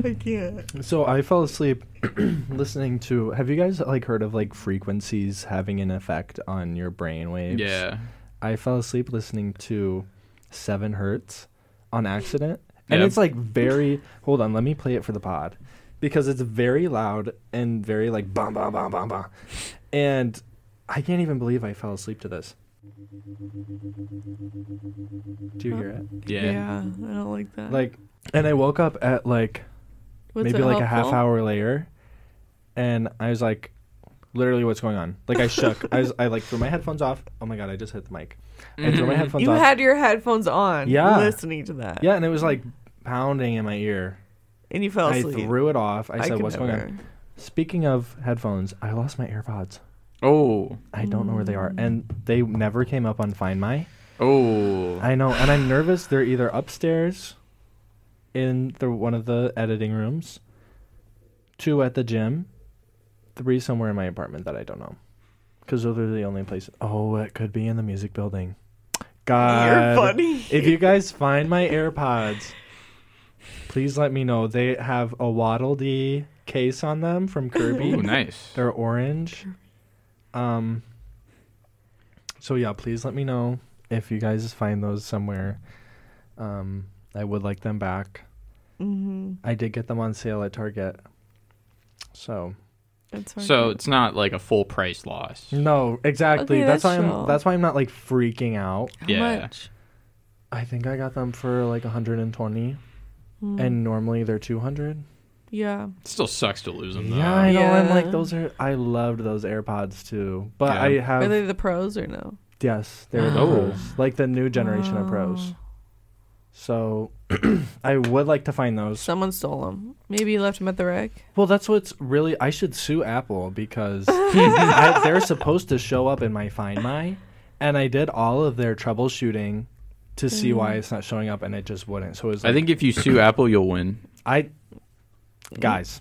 Speaker 7: I can't.
Speaker 1: so I fell asleep listening to. Have you guys like heard of like frequencies having an effect on your brain waves?
Speaker 3: Yeah.
Speaker 1: I fell asleep listening to Seven Hertz on accident. And
Speaker 3: Yeah.
Speaker 1: it's like very hold on, let me play it for the pod. Because it's very loud and very like bum bum bum bum bum. And I can't even believe I fell asleep to this. Do you hear it?
Speaker 3: Yeah.
Speaker 2: I don't like that.
Speaker 1: Like and I woke up at like
Speaker 2: What's
Speaker 1: maybe
Speaker 2: it
Speaker 1: like a half
Speaker 2: helpful?
Speaker 1: hour later and I was like literally what's going on? Like I shook. I was I like threw my headphones off. Oh my god, I just hit the mic. I threw my headphones
Speaker 2: Mm-hmm. You
Speaker 1: off.
Speaker 2: had your headphones on.
Speaker 1: Yeah.
Speaker 7: Listening to that.
Speaker 1: Yeah, and it was like pounding in my ear.
Speaker 7: And you fell
Speaker 1: I
Speaker 7: asleep.
Speaker 1: threw it off. I, said,
Speaker 7: could
Speaker 1: "What's going on?"
Speaker 7: never.
Speaker 1: Speaking of headphones, I lost my AirPods.
Speaker 3: Oh.
Speaker 1: I don't know where they
Speaker 7: Mm.
Speaker 1: are, and they never came up on Find My.
Speaker 3: Oh.
Speaker 1: I know, and I'm nervous. They're either upstairs, in the one of the editing rooms, two at the gym, three somewhere in my apartment that I don't know, because those are the only places. Oh, it could be in the music building. God,
Speaker 7: You're funny.
Speaker 1: if you guys find my AirPods, please let me know. They have a Waddle Dee case on them from Kirby.
Speaker 3: Ooh, nice.
Speaker 1: They're orange. Um. So yeah, please let me know if you guys find those somewhere. Um, I would like them back.
Speaker 7: Mm-hmm.
Speaker 1: I did get them on sale at Target. So
Speaker 2: That's hard.
Speaker 3: So it's not like a full price loss.
Speaker 1: no, exactly.
Speaker 2: Okay,
Speaker 1: that's,
Speaker 2: that's
Speaker 1: why
Speaker 2: chill.
Speaker 1: I'm. That's why I'm not like freaking out.
Speaker 2: How
Speaker 3: Yeah.
Speaker 2: much?
Speaker 1: I think I got them for like 120,
Speaker 2: Mm.
Speaker 1: and normally they're 200.
Speaker 2: yeah,
Speaker 3: It still sucks to lose them though.
Speaker 1: Yeah, I know. I'm
Speaker 2: Yeah.
Speaker 1: like those are. I loved those AirPods too, but
Speaker 3: Yeah.
Speaker 1: I
Speaker 2: are
Speaker 1: have
Speaker 2: they the pros or no?
Speaker 1: yes, they're the
Speaker 3: Oh.
Speaker 1: pros, like the new generation of
Speaker 2: Oh.
Speaker 1: pros. So I would like to find those.
Speaker 2: Someone stole them. Maybe you left them at the wreck.
Speaker 1: Well, that's what's really. I should sue Apple because I, they're supposed to show up in my Find My, and I did all of their troubleshooting to see
Speaker 2: Mm-hmm.
Speaker 1: why it's not showing up, and it just wouldn't. So it's. Like,
Speaker 3: I think if you sue Apple, you'll win.
Speaker 1: I guys,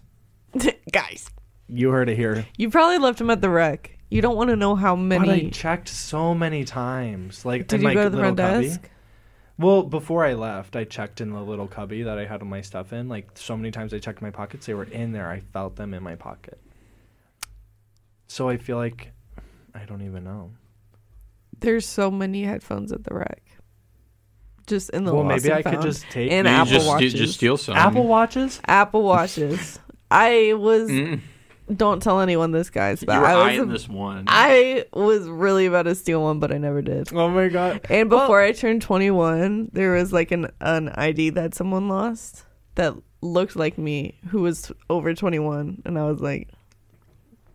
Speaker 7: Guys.
Speaker 1: you heard it here.
Speaker 2: You probably left them at the wreck. You don't want to know how
Speaker 1: But I
Speaker 2: many.
Speaker 1: checked so many times. Like
Speaker 2: Did
Speaker 1: in
Speaker 2: you
Speaker 1: my
Speaker 2: go to the
Speaker 1: little
Speaker 2: front
Speaker 1: cubby.
Speaker 2: desk?
Speaker 1: Well, before I left, I checked in the little cubby that I had all my stuff in. Like so many times I checked my pockets, they were in there. I felt them in my pocket. So I feel like I don't even know.
Speaker 2: There's so many headphones at the wreck. Just in the
Speaker 1: well,
Speaker 2: lost
Speaker 1: maybe
Speaker 2: and
Speaker 1: I could
Speaker 2: found.
Speaker 1: just take
Speaker 2: And
Speaker 3: Maybe
Speaker 2: Apple
Speaker 3: just,
Speaker 2: Watches.
Speaker 3: just steal some.
Speaker 1: Apple watches.
Speaker 2: Apple Watches. I was.
Speaker 3: Mm.
Speaker 2: Don't tell anyone this, guys. But
Speaker 3: you were
Speaker 2: I was.
Speaker 3: eyeing this one.
Speaker 2: I was really about to steal one, but I never did.
Speaker 1: Oh my god!
Speaker 2: And before I turned 21, there was like an, an ID that someone lost that looked like me who was over 21. And I was like,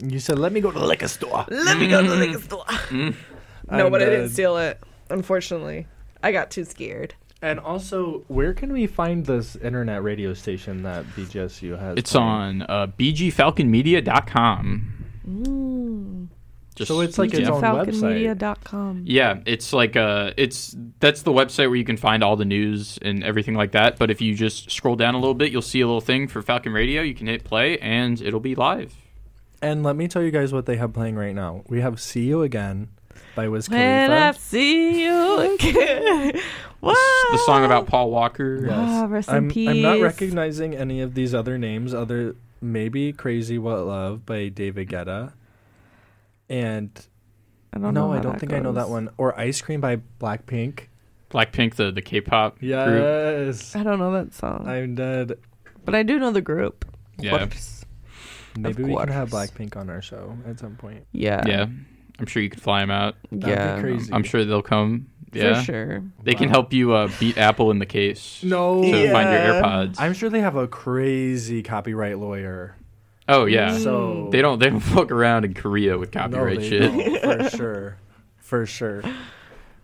Speaker 1: You said let me go to the liquor store.
Speaker 2: let me go to the
Speaker 1: Mm.
Speaker 2: liquor store. no,
Speaker 1: I'm
Speaker 2: but I didn't
Speaker 1: dead.
Speaker 2: steal it, unfortunately. I got too scared.
Speaker 1: And also, where can we find this internet radio station that BGSU has?
Speaker 3: it's
Speaker 1: playing?
Speaker 3: on uh, bgfalconmedia.com.
Speaker 2: Mm.
Speaker 3: Just,
Speaker 1: So it's like its
Speaker 3: yeah.
Speaker 1: own website.
Speaker 2: FalconMedia.com.
Speaker 3: Yeah, it's like uh it's that's the website where you can find all the news and everything like that. But if you just scroll down a little bit, you'll see a little thing for Falcon Radio. You can hit play and it'll be live.
Speaker 1: And let me tell you guys what they have playing right now. We have "See You Again" by Wiz
Speaker 2: When I
Speaker 1: Khalifa.
Speaker 2: see you again.
Speaker 3: It's the
Speaker 2: Wow.
Speaker 3: song about Paul Walker.
Speaker 1: Yes.
Speaker 2: Ah, rest in
Speaker 1: I'm, I'm not
Speaker 2: peace.
Speaker 1: recognizing any of these other names other maybe Crazy What Love by David Guetta. And
Speaker 8: I don't know.
Speaker 1: no, I
Speaker 8: how
Speaker 1: don't
Speaker 8: that
Speaker 1: think I know that
Speaker 8: goes.
Speaker 1: one. Or Ice Cream by Blackpink.
Speaker 3: Blackpink, the the K-pop group.
Speaker 1: Yes.
Speaker 8: I don't know that song,
Speaker 1: I'm dead.
Speaker 8: but I do know the group.
Speaker 3: Yeah,
Speaker 8: Whoops.
Speaker 1: Maybe we can have
Speaker 8: course.
Speaker 1: Blackpink on our show at some point.
Speaker 8: Yeah.
Speaker 3: yeah. I'm sure you could fly them out.
Speaker 1: be
Speaker 8: Yeah.
Speaker 1: crazy.
Speaker 3: I'm sure they'll come. Yeah,
Speaker 8: For sure.
Speaker 3: they can
Speaker 1: Wow.
Speaker 3: help you uh, beat Apple in the case
Speaker 1: No.
Speaker 3: to find your
Speaker 2: Yeah.
Speaker 3: AirPods.
Speaker 1: I'm sure they have a crazy copyright lawyer.
Speaker 3: oh yeah,
Speaker 1: So
Speaker 3: they don't they don't fuck around in Korea with copyright
Speaker 1: they
Speaker 3: shit.
Speaker 1: don't, for sure. For sure.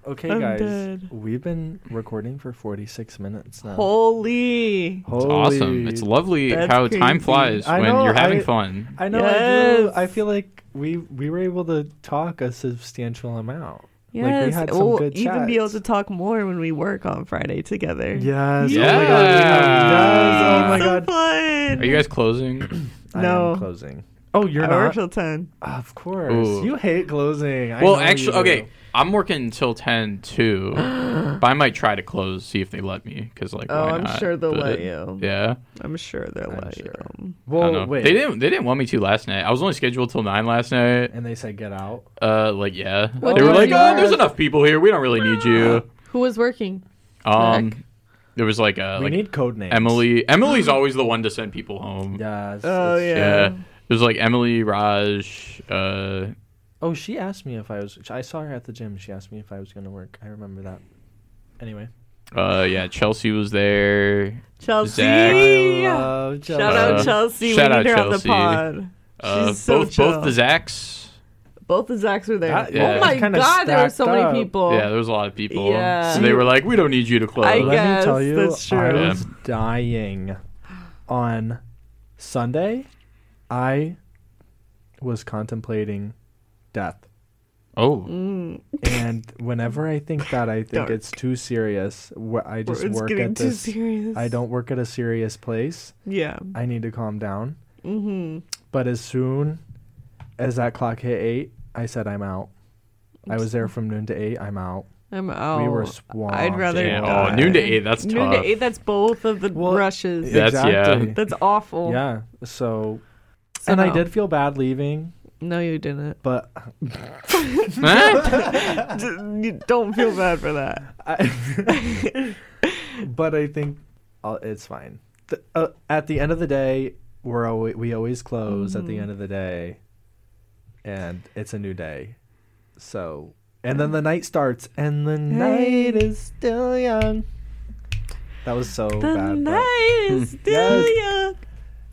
Speaker 1: Okay,
Speaker 2: I'm
Speaker 1: guys.
Speaker 2: dead.
Speaker 1: We've been recording for 46 minutes now.
Speaker 2: Holy.
Speaker 3: It's awesome. It's lovely
Speaker 2: That's
Speaker 3: how time
Speaker 2: crazy.
Speaker 3: flies
Speaker 1: I
Speaker 3: when
Speaker 1: know,
Speaker 3: you're having
Speaker 1: I-
Speaker 3: fun.
Speaker 1: I know.
Speaker 2: Yes.
Speaker 1: I do. I feel like we we were able to talk a substantial amount.
Speaker 8: Yes.
Speaker 1: Like, we had some
Speaker 2: we'll
Speaker 1: good
Speaker 2: even be able
Speaker 1: chats.
Speaker 2: to talk more when we work on Friday together.
Speaker 1: Yes.
Speaker 3: Yeah.
Speaker 1: Oh my god. we have- Yes. Oh my
Speaker 2: so
Speaker 1: god.
Speaker 2: fun.
Speaker 3: Are you guys closing?
Speaker 1: I
Speaker 2: No.
Speaker 1: am closing. Oh, you're
Speaker 2: I work
Speaker 1: not.
Speaker 2: till ten.
Speaker 1: Of course.
Speaker 3: Ooh.
Speaker 1: You hate closing. I
Speaker 3: well,
Speaker 1: know
Speaker 3: actually,
Speaker 1: you
Speaker 3: okay.
Speaker 1: do.
Speaker 3: I'm working until ten too, but I might try to close, see if they let me. Because like,
Speaker 2: Oh,
Speaker 3: why
Speaker 2: I'm
Speaker 3: not?
Speaker 2: sure they'll let
Speaker 3: But-
Speaker 2: you.
Speaker 3: Yeah,
Speaker 2: I'm sure they'll
Speaker 1: I'm
Speaker 2: let
Speaker 1: sure.
Speaker 2: you.
Speaker 3: I don't
Speaker 1: Well,
Speaker 3: know.
Speaker 1: wait.
Speaker 3: They didn't. They didn't want me to last night. I was only scheduled till nine last night.
Speaker 1: and they said get out.
Speaker 3: Uh, like yeah,
Speaker 8: What
Speaker 3: they were
Speaker 8: time
Speaker 3: like,
Speaker 8: do you
Speaker 3: oh, there's
Speaker 8: work?
Speaker 3: enough people here. We don't really need you.
Speaker 8: Who was working? Heck.
Speaker 3: Um, there was like a
Speaker 1: We
Speaker 3: like
Speaker 1: need code names.
Speaker 3: Emily. Emily's always the one to send people home.
Speaker 1: Yes.
Speaker 2: Oh
Speaker 1: it's-
Speaker 2: yeah.
Speaker 3: Yeah. There's like Emily, Raj, uh,
Speaker 1: Oh, she asked me if I was. I saw her at the gym. She asked me if I was going to work. I remember that. Anyway.
Speaker 3: uh, yeah, Chelsea was there.
Speaker 2: Chelsea.
Speaker 1: I
Speaker 3: Zach.
Speaker 1: love
Speaker 2: Shout
Speaker 3: Uh,
Speaker 2: out Chelsea.
Speaker 3: shout
Speaker 2: we
Speaker 3: out
Speaker 2: need her
Speaker 3: Chelsea.
Speaker 2: on the pod.
Speaker 3: Uh,
Speaker 2: She's so
Speaker 3: both
Speaker 2: chill.
Speaker 3: both the Zacks.
Speaker 2: Both the Zacks were there.
Speaker 1: That-
Speaker 3: yeah.
Speaker 8: Oh my
Speaker 1: Kinda
Speaker 8: god, there were so
Speaker 1: stacked
Speaker 8: many
Speaker 1: up.
Speaker 8: people.
Speaker 3: Yeah, there was a lot of people.
Speaker 2: Yeah.
Speaker 3: So they were like, "We don't need you to close."
Speaker 2: I
Speaker 1: Let
Speaker 2: guess
Speaker 1: me tell you,
Speaker 2: that's true.
Speaker 1: I
Speaker 3: Yeah.
Speaker 1: was dying on Sunday. I was contemplating death.
Speaker 3: oh,
Speaker 2: Mm,
Speaker 1: and whenever I think that, I think
Speaker 2: Dark.
Speaker 1: it's too serious. Wh- I just
Speaker 2: it's
Speaker 1: work
Speaker 2: getting
Speaker 1: at
Speaker 2: too
Speaker 1: this.
Speaker 2: serious.
Speaker 1: I don't work at a serious place.
Speaker 2: Yeah.
Speaker 1: I need to calm down.
Speaker 2: Mm-hmm.
Speaker 1: But as soon as that clock hit eight, I said I'm out. I was there from noon to eight. I'm out.
Speaker 8: I'm out.
Speaker 1: we were swamped.
Speaker 2: Oh, I'd rather
Speaker 3: damn.
Speaker 2: die.
Speaker 3: Oh, noon to eight. That's tough.
Speaker 2: Noon to eight. That's both of the
Speaker 1: Well,
Speaker 2: rushes.
Speaker 3: Yeah. That's-
Speaker 1: exactly.
Speaker 2: That's awful.
Speaker 1: yeah. So, and I
Speaker 8: know.
Speaker 1: did feel bad leaving,
Speaker 8: No, you didn't.
Speaker 1: but
Speaker 3: Huh?
Speaker 2: D- you don't feel bad for that.
Speaker 1: I, but I think uh, it's fine. The, uh, at the end of the day, we're always, we always close at
Speaker 2: Mm-hmm.
Speaker 1: the end of the day, and it's a new day. So, and then the night starts, and the night is still young. That was so
Speaker 2: the
Speaker 1: Oh, bad. but-
Speaker 2: night is still young.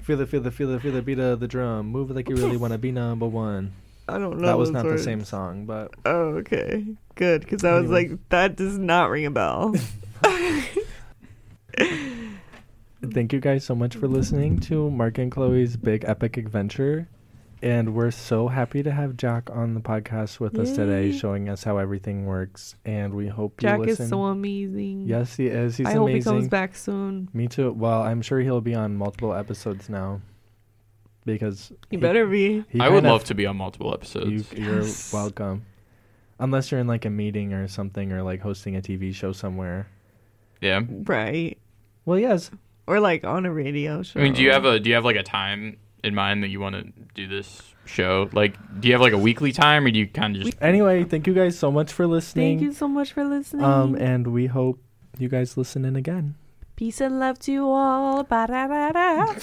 Speaker 1: Feel it, feel it, feel it, feel the beat of the drum. Move it like you really want to be number one.
Speaker 2: I don't know.
Speaker 1: that was
Speaker 2: those
Speaker 1: not
Speaker 2: words.
Speaker 1: the same song, but
Speaker 2: Oh, okay. Good, because I was
Speaker 1: Anyway.
Speaker 2: like, that does not ring a bell.
Speaker 1: Thank you guys so much for listening to Mark and Chloe's big epic adventure. And we're so happy to have Jack on the podcast with us today,
Speaker 8: Yay.
Speaker 1: showing us how everything works. And we hope
Speaker 8: Jack
Speaker 1: you listen.
Speaker 8: is so amazing.
Speaker 1: yes, he is. He's
Speaker 8: I hope he
Speaker 1: amazing.
Speaker 8: comes back soon.
Speaker 1: Me too. Well, I'm sure he'll be on multiple episodes now because he-
Speaker 2: you better be.
Speaker 1: he
Speaker 3: I would
Speaker 1: kind of-
Speaker 3: love to be on multiple episodes.
Speaker 1: You, you're welcome. Unless you're in like a meeting or something, or like hosting a TV show somewhere.
Speaker 3: yeah.
Speaker 2: Right.
Speaker 1: Well, yes.
Speaker 2: Or like on a radio show.
Speaker 3: I mean, do you have a do you have like a time in mind that you want to do this show? Like, do you have like a weekly time, or do you kind of just
Speaker 1: Anyway, thank you guys so much for listening.
Speaker 8: Thank you so much for listening.
Speaker 1: Um, and we hope you guys listen in again.
Speaker 8: Peace and love to you all. Ba-da-da-da.